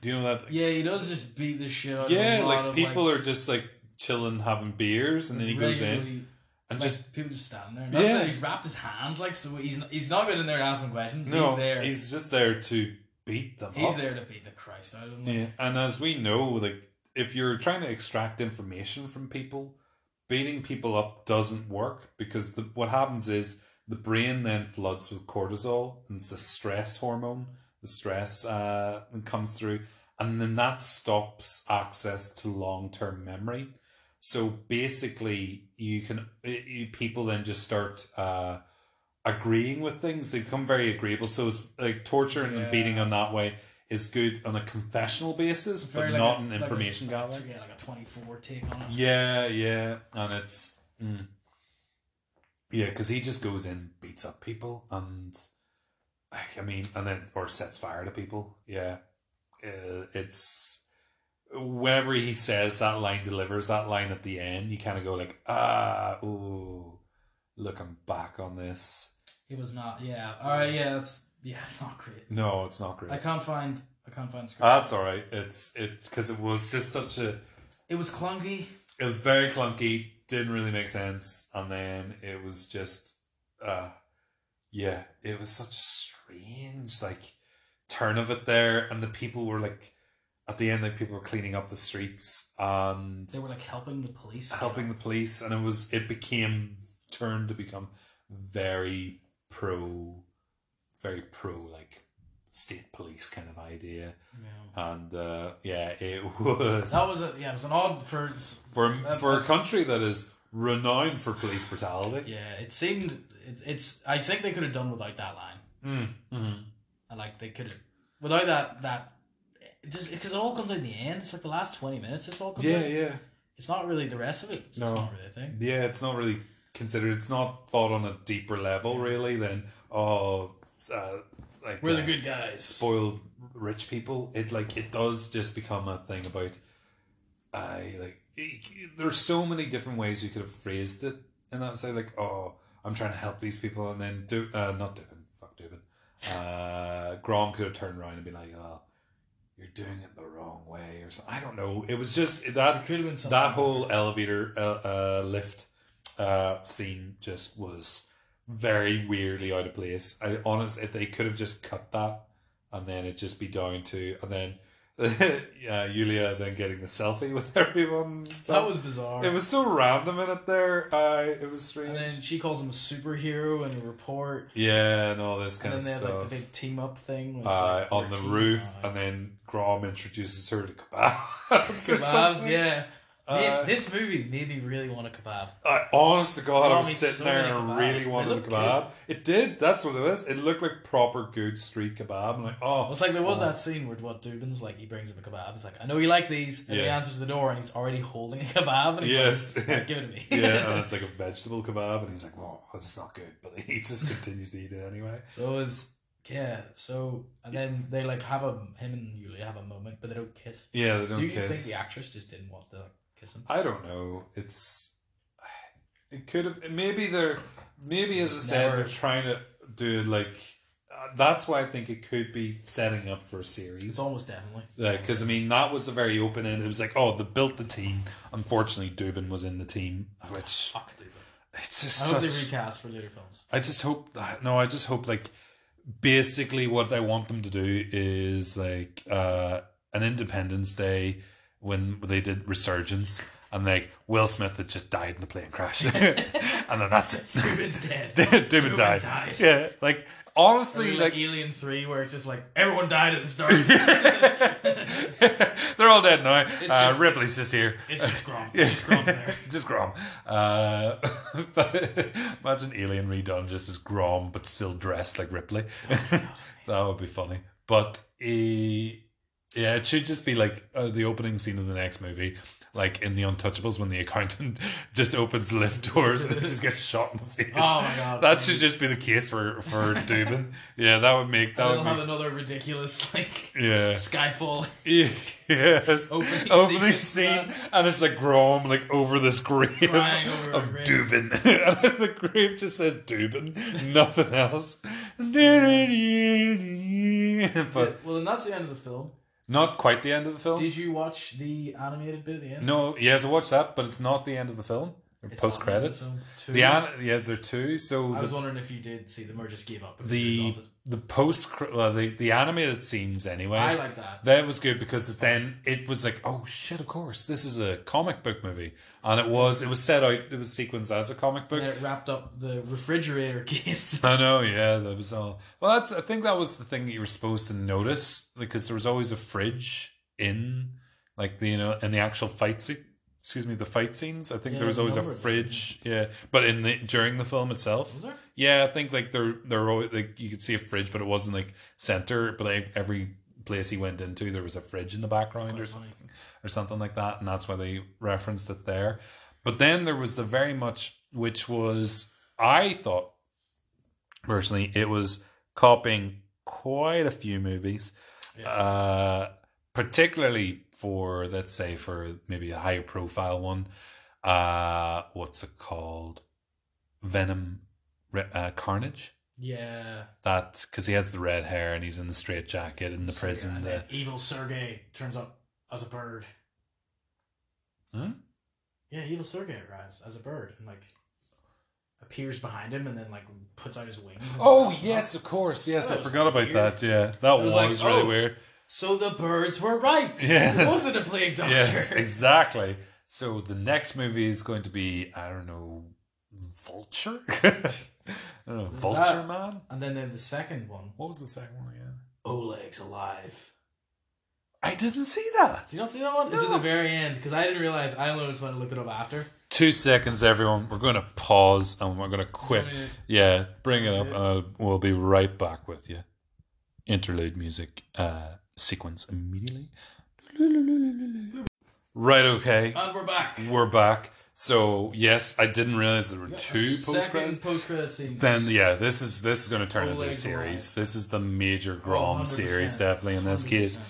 do you know that yeah, he does just beat the shit out. yeah of a lot like of, people are just like chilling having beers and then he goes in regularly- and like, just people just standing there. And that's Yeah. why he's wrapped his hands like so. He's not, he's not going in there asking questions. no he's there. He's, he's just there to beat them up. there to beat the Christ out of him. Yeah, and as we know, like if you're trying to extract information from people, beating people up doesn't work because the, what happens is the brain then floods with cortisol and it's a stress hormone. The stress uh, comes through, and then that stops access to long term memory. So basically, you can i- i- people then just start uh, agreeing with things. They become very agreeable. So it's like torturing and beating Yeah. on that way is good on a confessional basis, It's very like but not a- an like a- information gathering. Yeah, like a twenty-four take on it. Yeah, yeah, and it's mm. yeah, because he just goes in, beats up people, and like, I mean, and then or sets fire to people. Yeah, uh, it's whenever he says that line, delivers that line at the end, you kind of go like, ah, ooh, looking back on this, It was not. Yeah. All right. Yeah. That's yeah. Not great. no, it's not great. I can't find. I can't find the script. That's all right. It's it's because it was just such a it was clunky. it was very clunky, didn't really make sense, and then it was just, uh, yeah, it was such a strange like turn of it there, and the people were like, at the end, like people were cleaning up the streets and They were like helping the police. helping the police, and it was it became turned to become very pro, very pro like state police kind of idea, Yeah. and uh, yeah, it was That was a yeah. It was an odd uh, first. for for a country that is renowned for police brutality. um, Yeah, it seemed it's. it's I think they could have done without that line. Mm, Mm-hmm. mm. And like they could have without that that it just because it all comes out in the end. It's like the last twenty minutes. This all comes. Yeah, out. yeah, It's not really the rest of it. It's No. not really a thing. yeah. It's not really considered. It's not thought on a deeper level, really. Than oh, uh, like We're uh, the good guys. spoiled rich people. It like it does just become a thing about. I like it- there's so many different ways you could have phrased it, and that's like, like oh, I'm trying to help these people, and then do uh, not Dubin, fuck Dubin, Uh, Grom could have turned around and been like, "Oh, you're doing it the wrong way," or something. I don't know. It was just It that could have been something. that whole elevator uh, uh, lift uh, scene just was very weirdly out of place. I honest, if they could have just cut that, and then it just be down to, and then uh, Yulia then getting the selfie with everyone. and that stuff. was bizarre. It was so random in it there. Uh, it was strange. and then she calls him a superhero and a report. yeah, and all this kind And then of they had stuff. like the big team up thing. Was, uh, like, on their the team roof, up. and then Grom introduces her to kebabs. or Kebabs, something. yeah. May- Uh, this movie made me really want a kebab. I, honest to God, I Grom was eats sitting so there many and kebabs. really They wanted a look kebab. It did. That's what it was. It looked like proper good street kebab. I'm like, oh, It's like there was oh. that scene where what Dubin's like he brings him a kebab. He's like, I know you like these, and he Yeah. answers the door, and he's already holding a kebab. And he's Yes. like, "Right, give it to me. yeah, uh. and it's like a vegetable kebab, and he's like, "Well, it's not good," but he just continues to eat it anyway. so it was yeah. So and then they like have a him and Yulia have a moment, but they don't kiss. Yeah, they don't Do you kiss. think the actress just didn't want to like, kiss him? I don't know. It's it could have maybe they're maybe as I said Never. they're trying to do it like uh, that's why I think it could be setting up for a series. It's almost definitely. Because I mean that was a very open end. It was like oh they built the team. Unfortunately, Dubin was in the team, which Fuck Dubin. it's just I hope they such- recast for later films. I just hope that no, I just hope like basically what I want them to do is like uh an Independence Day when they did Resurgence and like Will Smith had just died in a plane crash. and then that's it. Dubin's dead. David Dubin died. died. Yeah. Like Or honestly like, like Alien Three, where it's just like everyone died at the start. they're all dead now. Uh, just- Ripley's just here. it's just Grom. It's just Grom's there. just Grom. Uh, imagine Alien redone just as Grom, but still dressed like Ripley. Oh, that would be funny. But eh, yeah, it should just be like uh, the opening scene of the next movie. Like in The Untouchables, when the accountant just opens lift doors and it just gets shot in the face. Oh my god. That should just be the case for for Dubin. Yeah, that would make that And they'll would have make, another ridiculous like yeah. Skyfall. Yes. Opening Opening sequence, scene, and it's like Grom like over this grave Crying over of a grave. Dubin, and the grave just says Dubin, nothing else. but well, then that's the end of the film. not quite the end of the film. Did you watch the animated bit at the end? no, yes, I watched that, but it's not the end of the film. Post credits. The Yeah, an- yeah, there are two. So I the was wondering if you did see them or just gave up. and the exhausted. the post well, the the animated scenes anyway. I like that. That was good because then it was like, oh shit, of course, this is a comic book movie, and it was it was set out, it was sequenced as a comic book. And it wrapped up the refrigerator case. I know, yeah, that was all. Well, that's I think that was the thing that you were supposed to notice because there was always a fridge in, like the you know, in the actual fight scene. Excuse me, the fight scenes. I think Yeah, there was there's always a a number of them, fridge, yeah. But in the during the film itself, Was there? yeah, I think like there there were always, like you could see a fridge, but it wasn't like center. But like, every place he went into, there was a fridge in the background or Quite funny. something, or something like that, and that's why they referenced it there. But then there was the very much which was I thought personally it was copying quite a few movies, uh, particularly for let's say for maybe a higher profile one. Uh, what's it called? Venom Re- uh, Carnage. Yeah. That because he has the red hair and he's in the straight jacket in the Sergei, prison. and The, then evil Sergey turns up as a bird. Hmm? Yeah, evil Sergey arrives as a bird and like appears behind him and then like puts out his wings. and Oh wraps him yes, up. of course, yes. That I was forgot about weird. that. Yeah, that was, was like, really oh. weird. So the birds were right. Yes. It wasn't a plague doctor. Yes, exactly. So the next movie is going to be I don't know, Vulture. I don't know, Vulture That- Man. And then, then the second one, What was the second one? Yeah, Oleg's alive. I didn't see that. Did you not see that one? It's at No. the very end because I didn't realize. I only noticed when I looked it up after. Two seconds, everyone. We're going to pause and we're going to quit. Do you want me Yeah, bring it Is up. it- Uh, we'll be right back with you. Interlude music uh, sequence immediately. Right, okay. And we're back. We're back. So, yes, I didn't realize there were two post credits. post credits scene. Then yeah, this is this is going to turn into a Oleg series. Live. This is the major Grom 100%. series, definitely in this case. 100%.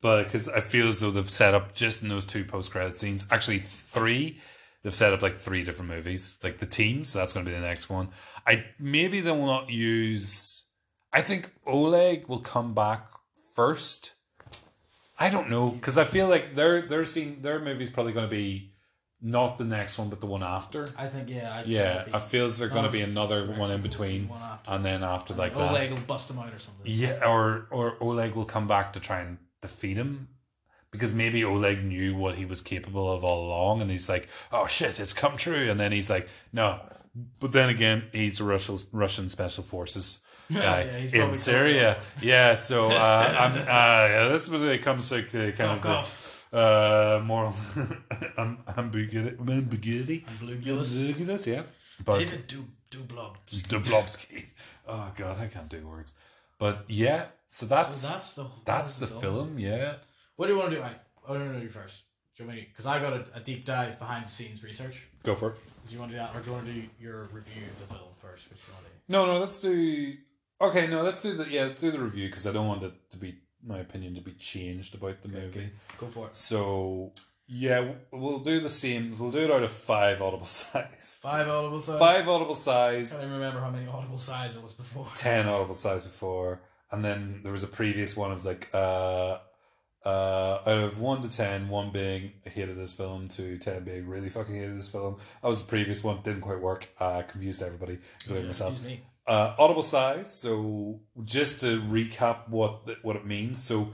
But because I feel as though they've set up just in those two post credit scenes, actually three, they've set up like three different movies, like the team. So that's going to be the next one. I maybe they will not use. I think Oleg will come back first. I don't know because I feel like their their scene their movie's probably going to be not the next one but the one after. I think yeah. I'd say Yeah, that'd I be- feel there's going to Um, be another one in between, one after. and then after like that, Oleg will oh, bust him out or something. yeah, or or Oleg will come back to try and defeat him because maybe Oleg knew what he was capable of all along, and he's like, "Oh shit, it's come true," and then he's like, "No," but then again, he's a Russian Russian special forces. guy Yeah, he's in probably Syria, yeah. So uh, I'm, uh, yeah, this really comes like the kind Fuck of the, uh, moral am- ambiguity. ambiguity. Bluegillis. Ambiguous, yeah. But David Du Dublobs. Dublowski. Oh god, I can't do words. But yeah, so that's that's that's the the- that's the film. Yeah, What do you want to do? I, I don't know you first. Do you want me? Because I got a, a deep dive behind the scenes research. go for it. Do you want to do that, or do you want to do your review of the film first? Which you want to do? No, no, let's do. Okay, no, let's do the yeah, let's do the review because I don't want it to be my opinion to be changed about the movie. Go for it. So yeah, w- we'll do the same. We'll do it out of five audible size. Five audible size. Five audible size. I don't even remember how many audible size it was before. 10 audible size before and then there was a previous one it was like uh uh out of 1 to 10 1 being I hated this film to 10 being really fucking hated this film that was the previous one didn't quite work uh confused everybody including myself Excuse me. uh audible size so just to recap what the, what it means so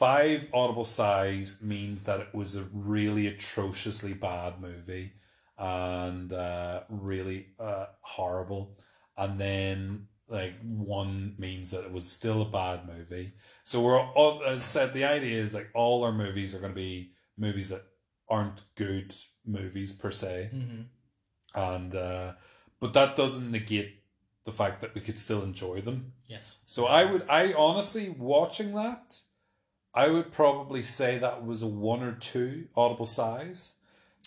five audible size means that it was a really atrociously bad movie and uh really uh horrible and then like one means that it was still a bad movie. So we're all as said the idea is like all our movies are going to be movies that aren't good movies per se, Mhm. and uh, but that doesn't negate the fact that we could still enjoy them. Yes. So I would, I honestly watching that, I would probably say that was a one or two audible size,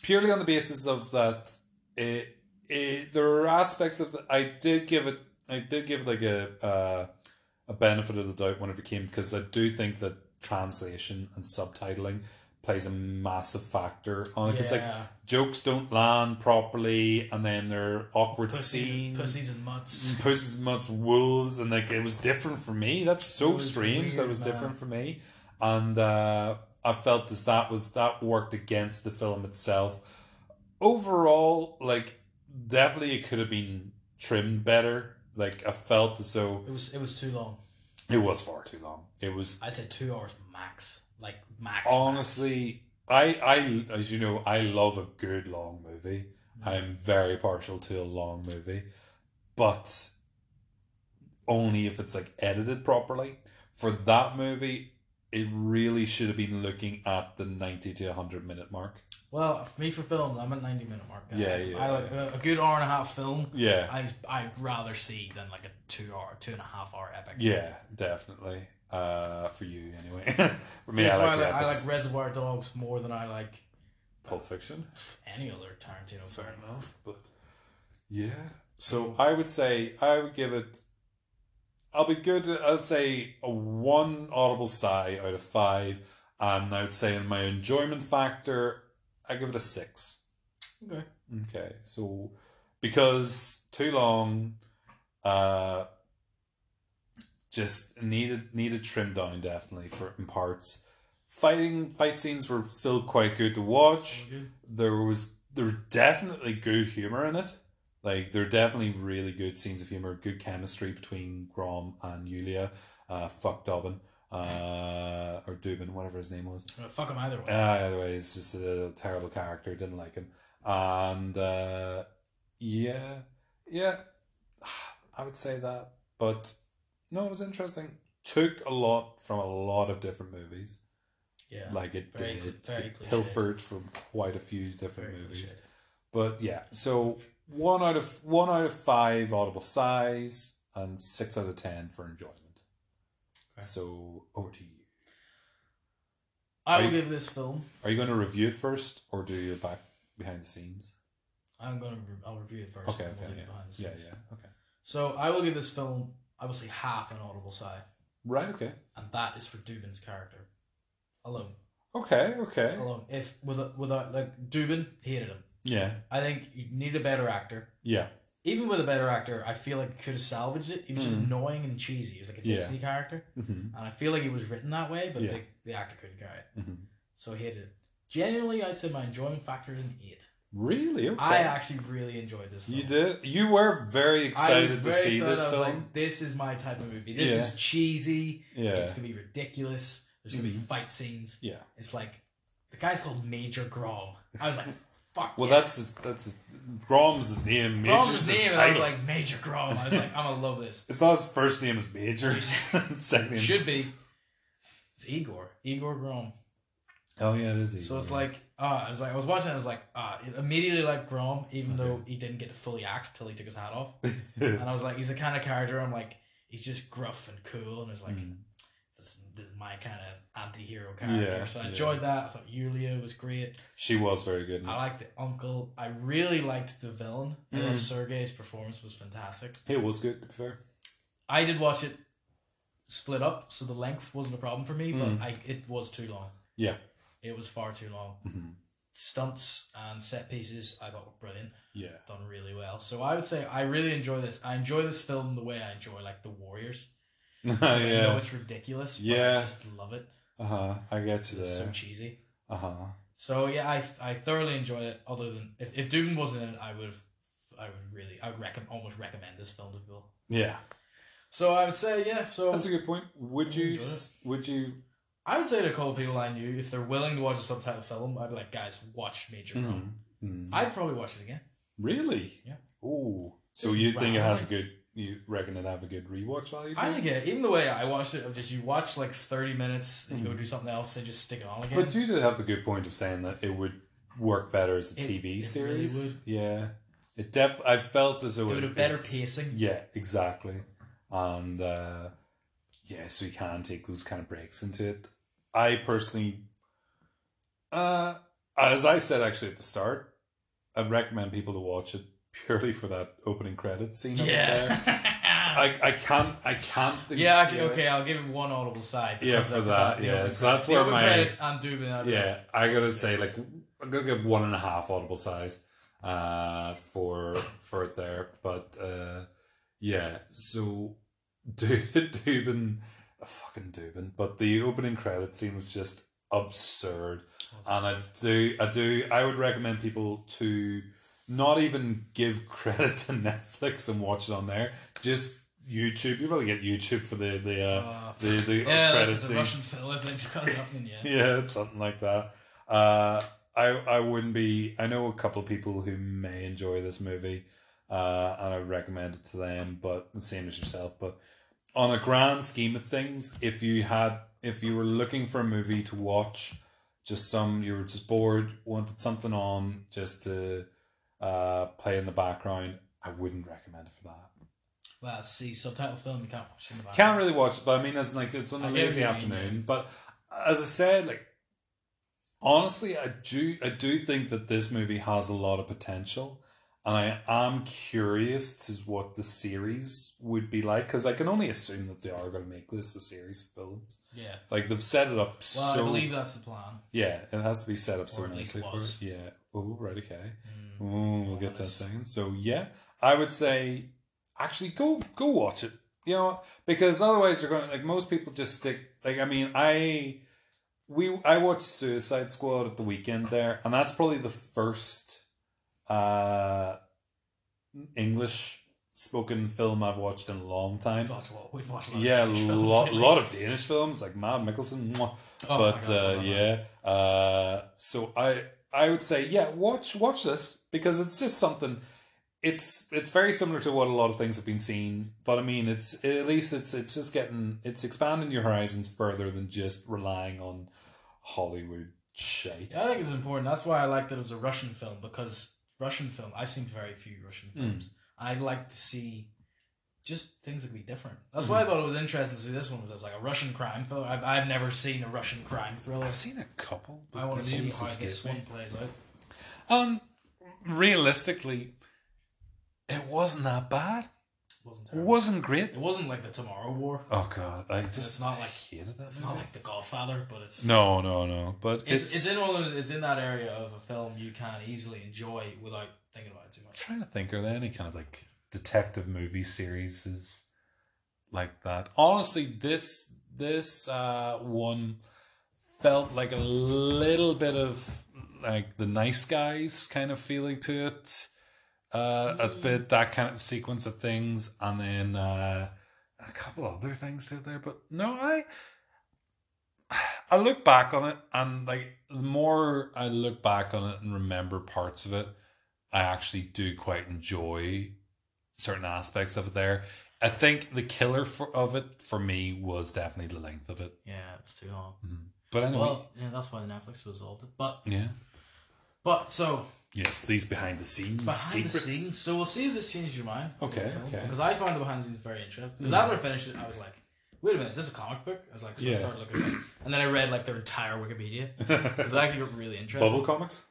purely on the basis of that. It, it there are aspects of that I did give it, I did give it like a uh, a benefit of the doubt whenever it came because I do think that translation and subtitling plays a massive factor on it because like Yeah. jokes don't land properly and then there are awkward pussies, scenes pussies and mutts. Puss Mutt's Wolves, and like it was different for me. That's It so was strange. that weird, was man. different for me, and uh, I felt as that was that worked against the film itself. Overall, like definitely it could have been trimmed better. Like I felt as though It was it was too long. it was far too long. It was I'd say two hours max. Like max. honestly, I I as you know, I love a good long movie. Mm. I'm very partial to a long movie, but only if it's like edited properly. For that movie, it really should have been looking at the ninety to hundred minute mark. Well, for me for films, I'm at ninety minute mark. guy. Yeah, yeah, I like a, a good hour and a half film. Yeah, I I'd rather see than like a two hour, two and a half hour epic. yeah, definitely. Uh, for you anyway. for me, That's I why I like, the like, I epics. like Reservoir Dogs more than I like Pulp Fiction. any other Tarantino film. Fair enough, but yeah. So I would say I would give it. I'll be good. I'd say a one audible sigh out of five, and I would say in my enjoyment factor, I give it a six. Okay. Okay, so because too long, uh, just needed needed trim down definitely for in parts. Fighting fight scenes were still quite good to watch Good. there was there were definitely good humor in it. Like there are definitely really good scenes of humor, good chemistry between Grom and Yulia. Uh, fuck Dobbin, uh, or Dubin, whatever his name was. Uh, Fuck them either way. Uh, either way, he's just a terrible character. Didn't like him, and uh, yeah, yeah, I would say that. But no, it was interesting. Took a lot from a lot of different movies. yeah. Like it Very did, cl- very it cliche. pilfered from quite a few different Very movies. cliche. But yeah, so one out of one out of five audible size and six out of ten for enjoyment. Okay. So over to you. I Are will you- give this film. Are you going to review it first, or do your back behind the scenes? I'm gonna. Re- I'll review it first. Okay, and we'll okay, do it yeah, behind the yeah, scenes. yeah, okay, So I will give this film. I will say half an audible sigh, right, okay, and that is for Dubin's character alone. okay, okay, Alone. If without, without like Dubin hated him. yeah, I think you need a better actor. yeah, even with a better actor, I feel like could have salvaged it. He was just annoying and cheesy. He was like a Mm. Yeah. Disney character, Mhm. and I feel like he was written that way, but Yeah. the, the actor couldn't carry it, Mhm. so I hated it. Genuinely, I'd say my enjoyment factor is an eight. Really? Okay. I actually really enjoyed this. Film. you did. You were I very was excited to very see excited. this I was film. like, this is my type of movie. This Yeah. is cheesy. yeah. Mm-hmm. It's gonna be ridiculous. There's gonna be fight scenes. Yeah. It's like the guy's called Major Grom. I was like, fuck. Well, yeah. that's his, that's his, Grom's his name. Grom's Major's his his, name, and I was title. like Major Grom. I was like, I'm gonna love this. it's not his first name is Major. Second name. Should be. It's Igor. Igor Grom. Oh yeah, it is. So Igor. it's like, uh, I was like, I was watching. I was like, uh, immediately like Grom, even Okay. though he didn't get to fully act till he took his hat off. And I was like, he's the kind of character I'm like, he's just gruff and cool, and it's like, Mm. this, this is my kind of anti-hero character. Yeah, so I yeah. enjoyed that. I thought Yulia was great. she was very good. in I it. liked the uncle. I really liked the villain. I thought Mm. Sergei's performance was fantastic. It was good to be fair. I did watch it split up, so the length wasn't a problem for me, Mm. but I, it was too long. Yeah. It was far too long. Mhm. Stunts and set pieces I thought were brilliant, Yeah. done really well. So I would say I really enjoy this. I enjoy this film the way I enjoy like The Warriors. 'Cause I know yeah. it's ridiculous, but I Yeah. just love it. Uh huh. I get you It's so there. cheesy. Uh huh. So yeah, I I thoroughly enjoyed it. Other than if, if Doom wasn't in it, I would have I would really I would recommend almost recommend this film to people. Yeah. So I would say yeah. So That's a good point. Would I you? enjoyed it. Would you? I would say to a couple people I knew if they're willing to watch a subtitle film, I'd be like, guys, watch Major Tom. Mhm. I'd probably watch it again. Really? Mm-hmm. Yeah. Oh. So This you is think it round. has a good? You reckon it have a good rewatch value? I to it? think yeah, even the way I watched it, of just you watch like thirty minutes, and you go do something else, they just stick it on again. Mm-hmm. But you did have the good point of saying that it would work better as a It- it really TV series. would. Yeah. It def- I felt as though it would have better it's- pacing. Yeah, exactly. And uh, yeah, so you can take those kind of breaks into it. I personally, uh, as I said actually at the start, I recommend people to watch it purely for that opening credits scene. over there. Yeah. I, I can't I can't. Yeah, actually, do it. okay, I'll give it one audible side. Yeah, because for of that. the Yeah, opening so credits. that's The where opening my credits and Doom. and everything. Yeah, I gotta say, like, I'm gonna give one and a half audible size, uh, for for it there. But uh, yeah, so Du- Dubin, uh, fucking Dubin, but the opening credit scene was just absurd, and I do, I do, I would recommend people to not even give credit to Netflix and watch it on there. Just YouTube. You probably get YouTube for the the uh, Uh, the the yeah, like credit it's a scene Russian film. If they've got it up, then yeah. yeah, it's something like that. Uh, I I wouldn't be. I know a couple of people who may enjoy this movie, uh, and I would recommend it to them. But the same as yourself. But on a grand scheme of things, if you had, if you were looking for a movie to watch, just some you were just bored, wanted something on just to uh, play in the background, I wouldn't recommend it for that. Well, see, subtitle film you can't watch. in the background. Can't really watch it, but I mean, it's like it's on I a get what lazy you mean, afternoon. But as I said, like honestly, I do I do think that this movie has a lot of potential, and I am curious to what the series would be like because I can only assume that they are going to make this a series of films. Yeah. Like they've set it up Well, so I believe that's the plan. yeah, it has to be set up so Or at least nicely for was. it. Yeah. Oh, right. Okay. Mm. Oh, we'll get that Nice. second. So yeah, I would say actually go go watch it. You know, because otherwise you're going to like most people just stick. Like I mean, I we I watched Suicide Squad at the weekend there, and that's probably the first uh English spoken film I've watched in a long time. We've watched what? We've watched. A lot Yeah, a of Danish films lot, lately. lot of Danish films like Mad Mickelson. mwah, Oh my but God, I uh, love that. yeah, uh, so I I would say yeah, watch watch this because it's just something. It's it's very similar to what a lot of things have been seen, but I mean it's at least it's it's just getting it's expanding your horizons further than just relying on Hollywood shite. I think it's important. That's why I like that it was a Russian film because Russian film. I've seen very few Russian Mm. films. I like to see just things that can be different. Hmm. That's why I thought it was interesting to see this one was it was like a Russian crime thriller. I've, I've never seen a Russian crime thriller. I've seen a couple. but I want to the see names how escape this me. one plays out. Um, realistically, it wasn't that bad. It wasn't It terrible. wasn't great. It wasn't like the Tomorrow War. Oh god, I just not like- hated that. It's not like the Godfather, but it's No, no, no. But it's, it's, in one of those, it's in that area of a film you can easily enjoy without thinking about it too much. trying to think, are there any kind of like detective movie series is like that. honestly this this uh one felt like a little bit of like the nice guys kind of feeling to it uh a bit that kind of sequence of things and then uh a couple other things to there but no i i look back on it and like the more i look back on it and remember parts of it i actually do quite enjoy certain aspects of it there I think the killer for, of it for me was definitely the length of it. Yeah, it's too long. But anyway, Well, yeah, that's why Netflix was all. But yeah, but so yes, these behind the scenes behind secrets. the scenes. So we'll see if this changes your mind. Okay, okay. Because I found the behind the scenes very interesting. Because after I finished it, I was like, wait a minute, is this a comic book? I was like, so I Yeah. started looking, at it. and then I read like their entire Wikipedia. Because I actually got really interested. Bubble comics.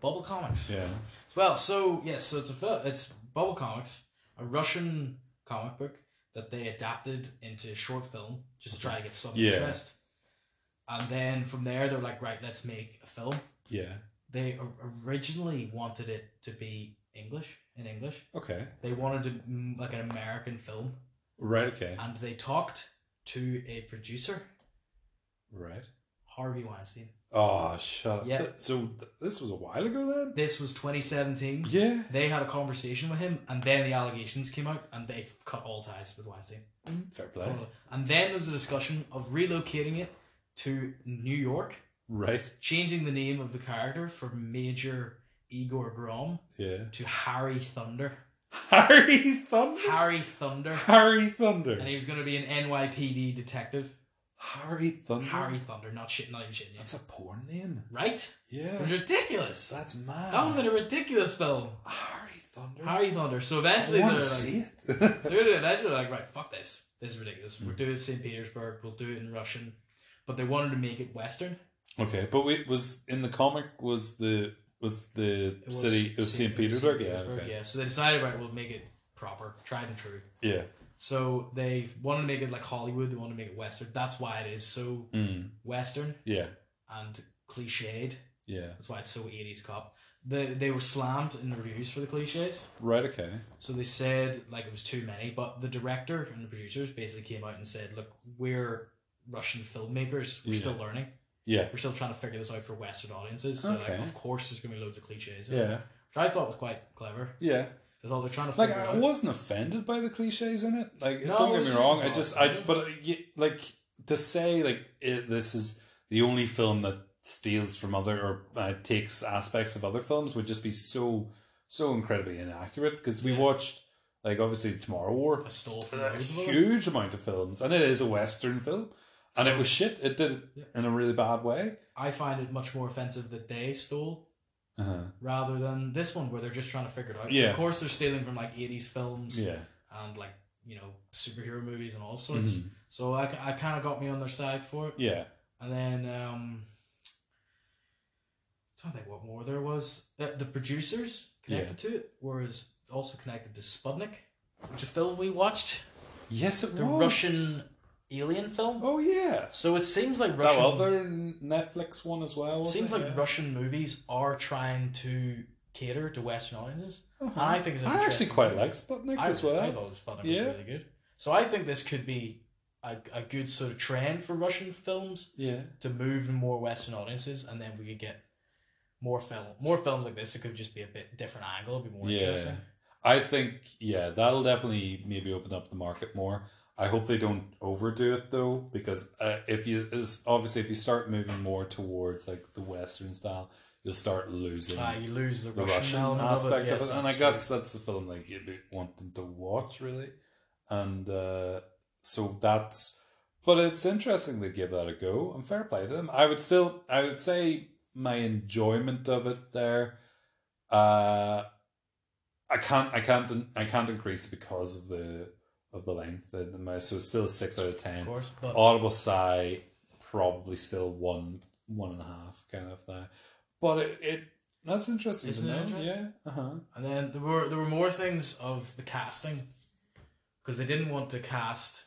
Bubble Comics. Yeah. Well, so yes, so it's a fil- it's Bubble Comics, a Russian comic book that they adapted into short film just to try to get some Yeah. interest. And then from there, they're like, right, let's make a film. Yeah. They o- originally wanted it to be English in English. Okay. They wanted to, mm, like an American film, Right. Okay. and they talked to a producer, Right. Harvey Weinstein. Oh, shut up. Yeah. Th- So th- this was a while ago then. This was 2017. Yeah. They had a conversation with him, and then the allegations came out, and they cut all ties with Weinstein. Fair play. And then there was a discussion of relocating it to New York, Right. changing the name of the character from Major Igor Grom Yeah. to Harry Thunder. Harry Thunder. Harry Thunder. Harry And Thunder. he was going to be an NYPD detective. Harry Thunder. Harry Thunder, not shit, not even shit. Yeah. That's a porn name. Right? It Yeah. was ridiculous. That's That would mad. have been a ridiculous film. Harry Thunder. Harry Thunder. So I eventually they're want like, to see it. they're gonna- eventually they're like, right, fuck this. This is ridiculous. We'll do it in St. Petersburg. We'll do it in Russian. But they wanted to make it Western. Okay, but wait, was in the comic was the was the It was city of St. Petersburg? Yeah, okay. Yeah. So they decided, right, we'll make it proper, tried and true. Yeah. So they wanted to make it like Hollywood. They wanted to make it Western. That's why it is so Mm. Western Yeah. and cliched. Yeah. That's why it's so 80s cop. The, they were slammed in the reviews for the cliches. Right, okay. So they said like it was too many, but the director and the producers basically came out and said, "Look, we're Russian filmmakers. We're Yeah. still learning. Yeah. We're still trying to figure this out for Western audiences. So Okay. like, of course, there's gonna be loads of cliches. in it." Yeah. which I thought was quite clever. Yeah. I thought they're trying to Like figure I it out. wasn't offended by the cliches in it. Like No, don't it get was me just wrong. I not just I offended. but uh, y- like to say like it, this is the only film that steals from other or uh, takes aspects of other films would just be so so incredibly inaccurate because we Yeah. watched like obviously Tomorrow War I stole from a loads of them. huge amount of films, and it is a Western film, and it was shit. It did it Yeah. in a really bad way. I find it much more offensive that they stole Uh-huh. rather than this one where they're just trying to figure it out. So Yeah. of course, they're stealing from like 80s films Yeah, and like you know superhero movies and all sorts. Mm-hmm. So I, I kind of got me on their side for it. yeah, And then um I don't think what more there was. The, the producers connected to it was also connected to Sputnik, which is a film we watched, yes, it the was Russian alien film. Oh yeah, So it seems like that Russian other Netflix one as well. Wasn't seems it? like Oh, Yeah. Russian movies are trying to cater to Western audiences. Uh-huh. And I think it's an I actually interesting quite movie. like Sputnik I, as well. I thought Sputnik Yeah. was really good. So I think this could be a, a good sort of trend for Russian films yeah, to move to more Western audiences, and then we could get more film, more films like this. It could just be a bit different angle, it'd be more yeah. interesting. I think yeah, that'll definitely maybe open up the market more. I hope they don't overdo it though, because uh, if you is obviously if you start moving more towards like the Western style, you'll start losing. Ah, you lose the, the Russian, Russian element aspect yes, of it, and I that's guess that's the film like you'd be wanting to watch really, and uh, so that's. But it's interesting to give that a go, and fair play to them. I would still, I would say my enjoyment of it there, uh, I can't, I can't, I can't increase it because of the of the length. The, the, my, so it's still a six out of true, ten. of course. But Audible sigh, probably still one one and a half kind of that. But it, it that's interesting. Isn't to it know. interesting? Yeah. Uh huh. and then there were there were more things of the casting because they didn't want to cast.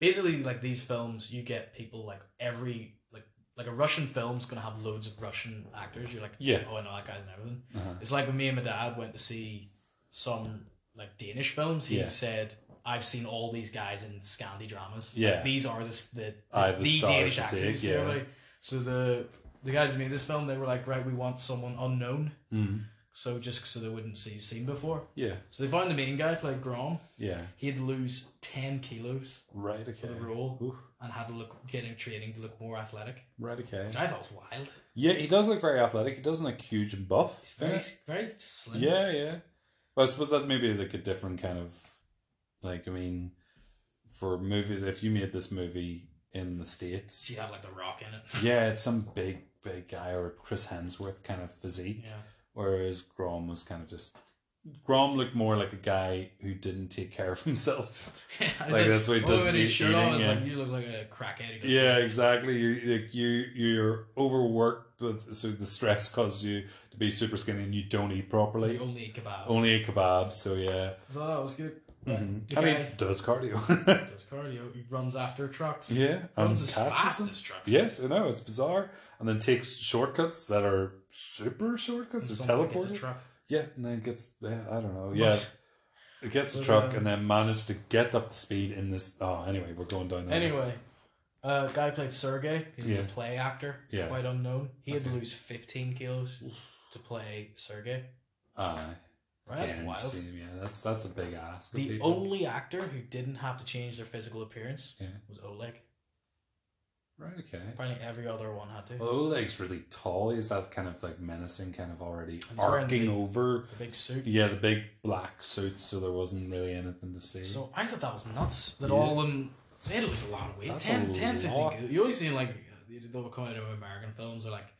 Basically, like these films, you get people like every like like a Russian film's gonna have loads of Russian actors. You're like, Yeah. oh, I know that guy's and everything. Uh-huh. It's like when me and my dad went to see some like Danish films, he Yeah. said, "I've seen all these guys in Scandi dramas. Like, Yeah. these are the s- the, Aye, the, the stars Danish to take, actors." you yeah. know, like, so the the guys who made this film, they were like, "Right, we want someone unknown." Mm. So just so they wouldn't see seen before. Yeah. So they found the main guy played Grom. Yeah. He had to lose ten kilos Right. for Okay. the role Oof. and had to look get in training to look more athletic. Right. Okay. Which I thought was wild. Yeah, he does look very athletic. He doesn't look huge and buff. He's very s very slim. Yeah, yeah. Well, I suppose that's maybe like a different kind of like. I mean, for movies, if you made this movie in the states, She had like the rock in it. yeah, it's some big, big guy or Chris Hemsworth kind of physique. Yeah. Whereas Grom was kind of just. Grom looked more like a guy who didn't take care of himself. I was Like, that's why it "Oh, does when the his shirt on, eating, it's yeah. like, you look like a crackhead. He goes, Yeah, exactly. You like you you're overworked with so the stress causes you to be super skinny and you don't They eat properly. only eat kebabs. Only a kebab, so yeah. So that was good. Mhm. Mm-hmm. The And guy- he does cardio. Does cardio. He runs after trucks. yeah, Um, and Runs as catches fast them. as trucks. Yes, I know it's bizarre, and then takes shortcuts that are super And shortcuts or someone gets a teleporting. truck. Yeah, and then gets yeah, I don't know. Yeah, it gets a But, truck um, and then managed to get up to speed in this. Oh, anyway, we're going down there. Anyway, uh, guy played Sergey. He's Yeah. a play actor. Yeah. Quite unknown. He had to Okay. lose 15 kilos to play Sergey. Aye. Right? That's Yeah, wild. same, yeah, that's that's a big ask. of The people. only actor who didn't have to change their physical appearance Yeah. was Oleg. Right. Okay. Apparently, every other one had to. Well, Oleg's really tall. He's that kind of like menacing, kind of already wearing arcing the- over. The big suit. Yeah, the big black suit, so there wasn't really anything to see. So I thought that was nuts that Yeah. all of them. It was a lot of weight. That's 10, a 10, 15 lot. kilos. You always see like they'll come out of American films. They're like,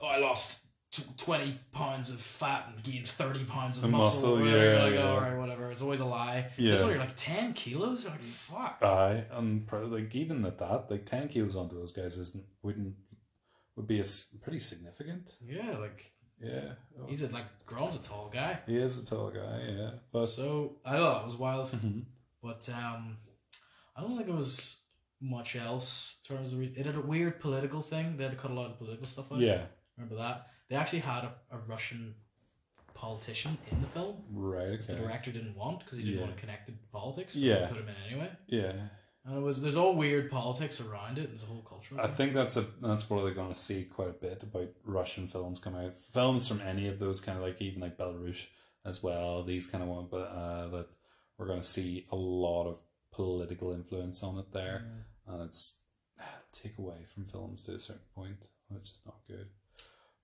"Oh, I lost tw- twenty pounds of fat and gained thirty pounds of And muscle." muscle, or whatever. yeah, You're like, yeah. all right, whatever. It's always a lie. Yeah. Uh, That's why you're like ten kilos. You're like, fuck. Aye, and pro- like even at that, like ten kilos onto those guys isn't wouldn't would be a s- pretty significant. yeah, like Yeah, he's a, like Grom's a tall guy. he is a tall guy. Yeah, but So I thought that was wild. Mhm. But um, I don't think it was much else in terms of re- it had a weird political thing. They had to cut a lot of political stuff out. yeah, Remember that? They actually had a, a Russian politician in the film. right. The Okay. director didn't want because he didn't Yeah. want to connect it to politics. but Yeah. Put him in anyway. Yeah, And it was there's all weird politics around it. There's a whole cultural I thing. think that's a that's what they're going to see quite a bit about Russian films coming out. Films from any of those kind of like even like Belarus as well. These kind of one, but uh, that we're going to see a lot of political influence on it there, and it's uh, take away from films to a certain point, which is not good.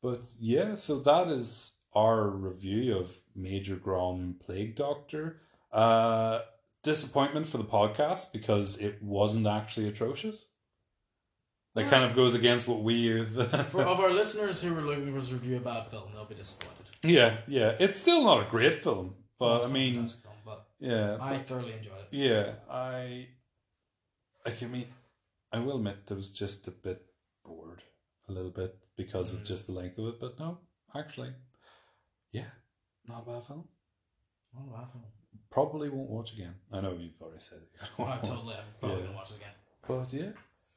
But yeah, so that is our review of Major Grom Plague Doctor. Uh, disappointment for the podcast because it wasn't actually atrocious. That kind of goes against what we. For of our listeners who were looking for us to review a bad film, they'll be disappointed. yeah, yeah. It's still not a great film, but It's I not a mean, fantastic film, but yeah. I thoroughly enjoyed it. Yeah, I, I can mean, I will admit I was just a bit bored, a little bit because of Mm. just the length of it. But no, actually, yeah, not a bad film. What a bad film. Probably won't watch again. I know you've already said it. you I'm won't watch, totally I'm probably Yeah. gonna watch it again. but yeah.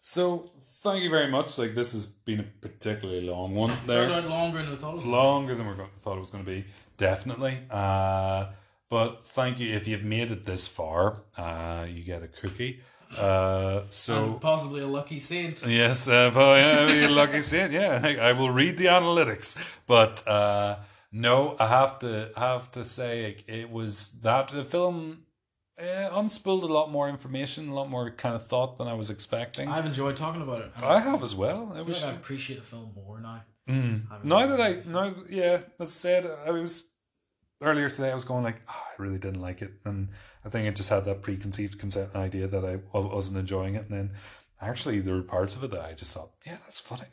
So thank you very much. Like this has been a particularly long one. There, Turned out longer than I thought it was. longer than we go- thought it was going to be definitely uh, but thank you if you've made it this far uh, you get a cookie uh, and so possibly a lucky saint. yes uh, well, yeah, you're lucky said yeah I, I will read the analytics but uh, no I have to I have to say like, it was that the film uh, unspooled a lot more information a lot more kind of thought than I was expecting I, I've enjoyed talking about it. and have as well I I feel wish like I appreciate the film more now. Having- No, that I no yeah, as I said, I was earlier today. I was going like, "Ah, I really didn't like it, and I think I just had that preconceived concept idea that I wa- wasn't enjoying it, and then actually there were parts of it that I just thought, yeah, that's funny,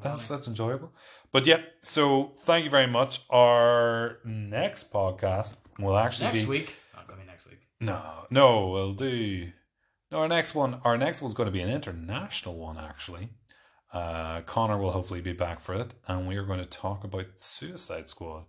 that's that's enjoyable. But yeah, so thank you very much. Our next podcast will actually next be week. Oh, I mean next week. no, no, we'll do. No, our next one, our next one's going to be an international one, actually. Uh, Connor will hopefully be back for it, and we are going to talk about Suicide Squad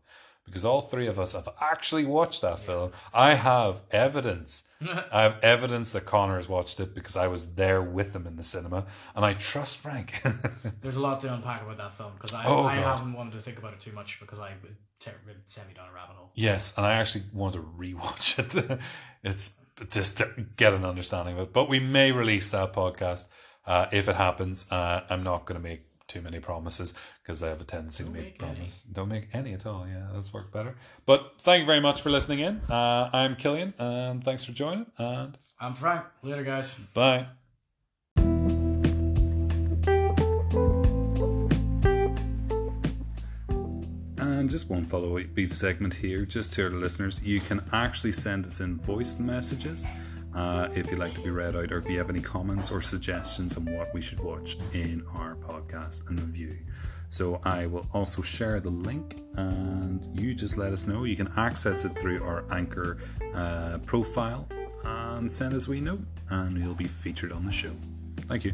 because all three of us have actually watched that film. I have evidence. I have evidence that Connor has watched it because I was there with him in the cinema, and I trust Frank. There's a lot to unpack about that film because I, Oh, I God. haven't wanted to think about it too much because I would te- would send me down a rabbit hole. Yes, and I actually want to rewatch it. it's just to get an understanding of it. But we may release that podcast uh, if it happens. Uh, I'm not going to make too many promises because I have a tendency to make, make any. promises. Don't make any at all. Yeah, that's worked better. But thank you very much for listening in. Uh, I'm Killian, and thanks for joining. And I'm Frank. Later, guys. bye. And just one follow up beat segment here, just to our listeners. You can actually send us in voice messages uh, if you'd like to be read out, or if you have any comments or suggestions on what we should watch in our podcast and review. So I will also share the link, and you just let us know. You can access it through our Anchor uh, profile and send us a wee note, and you'll be featured on the show. Thank you.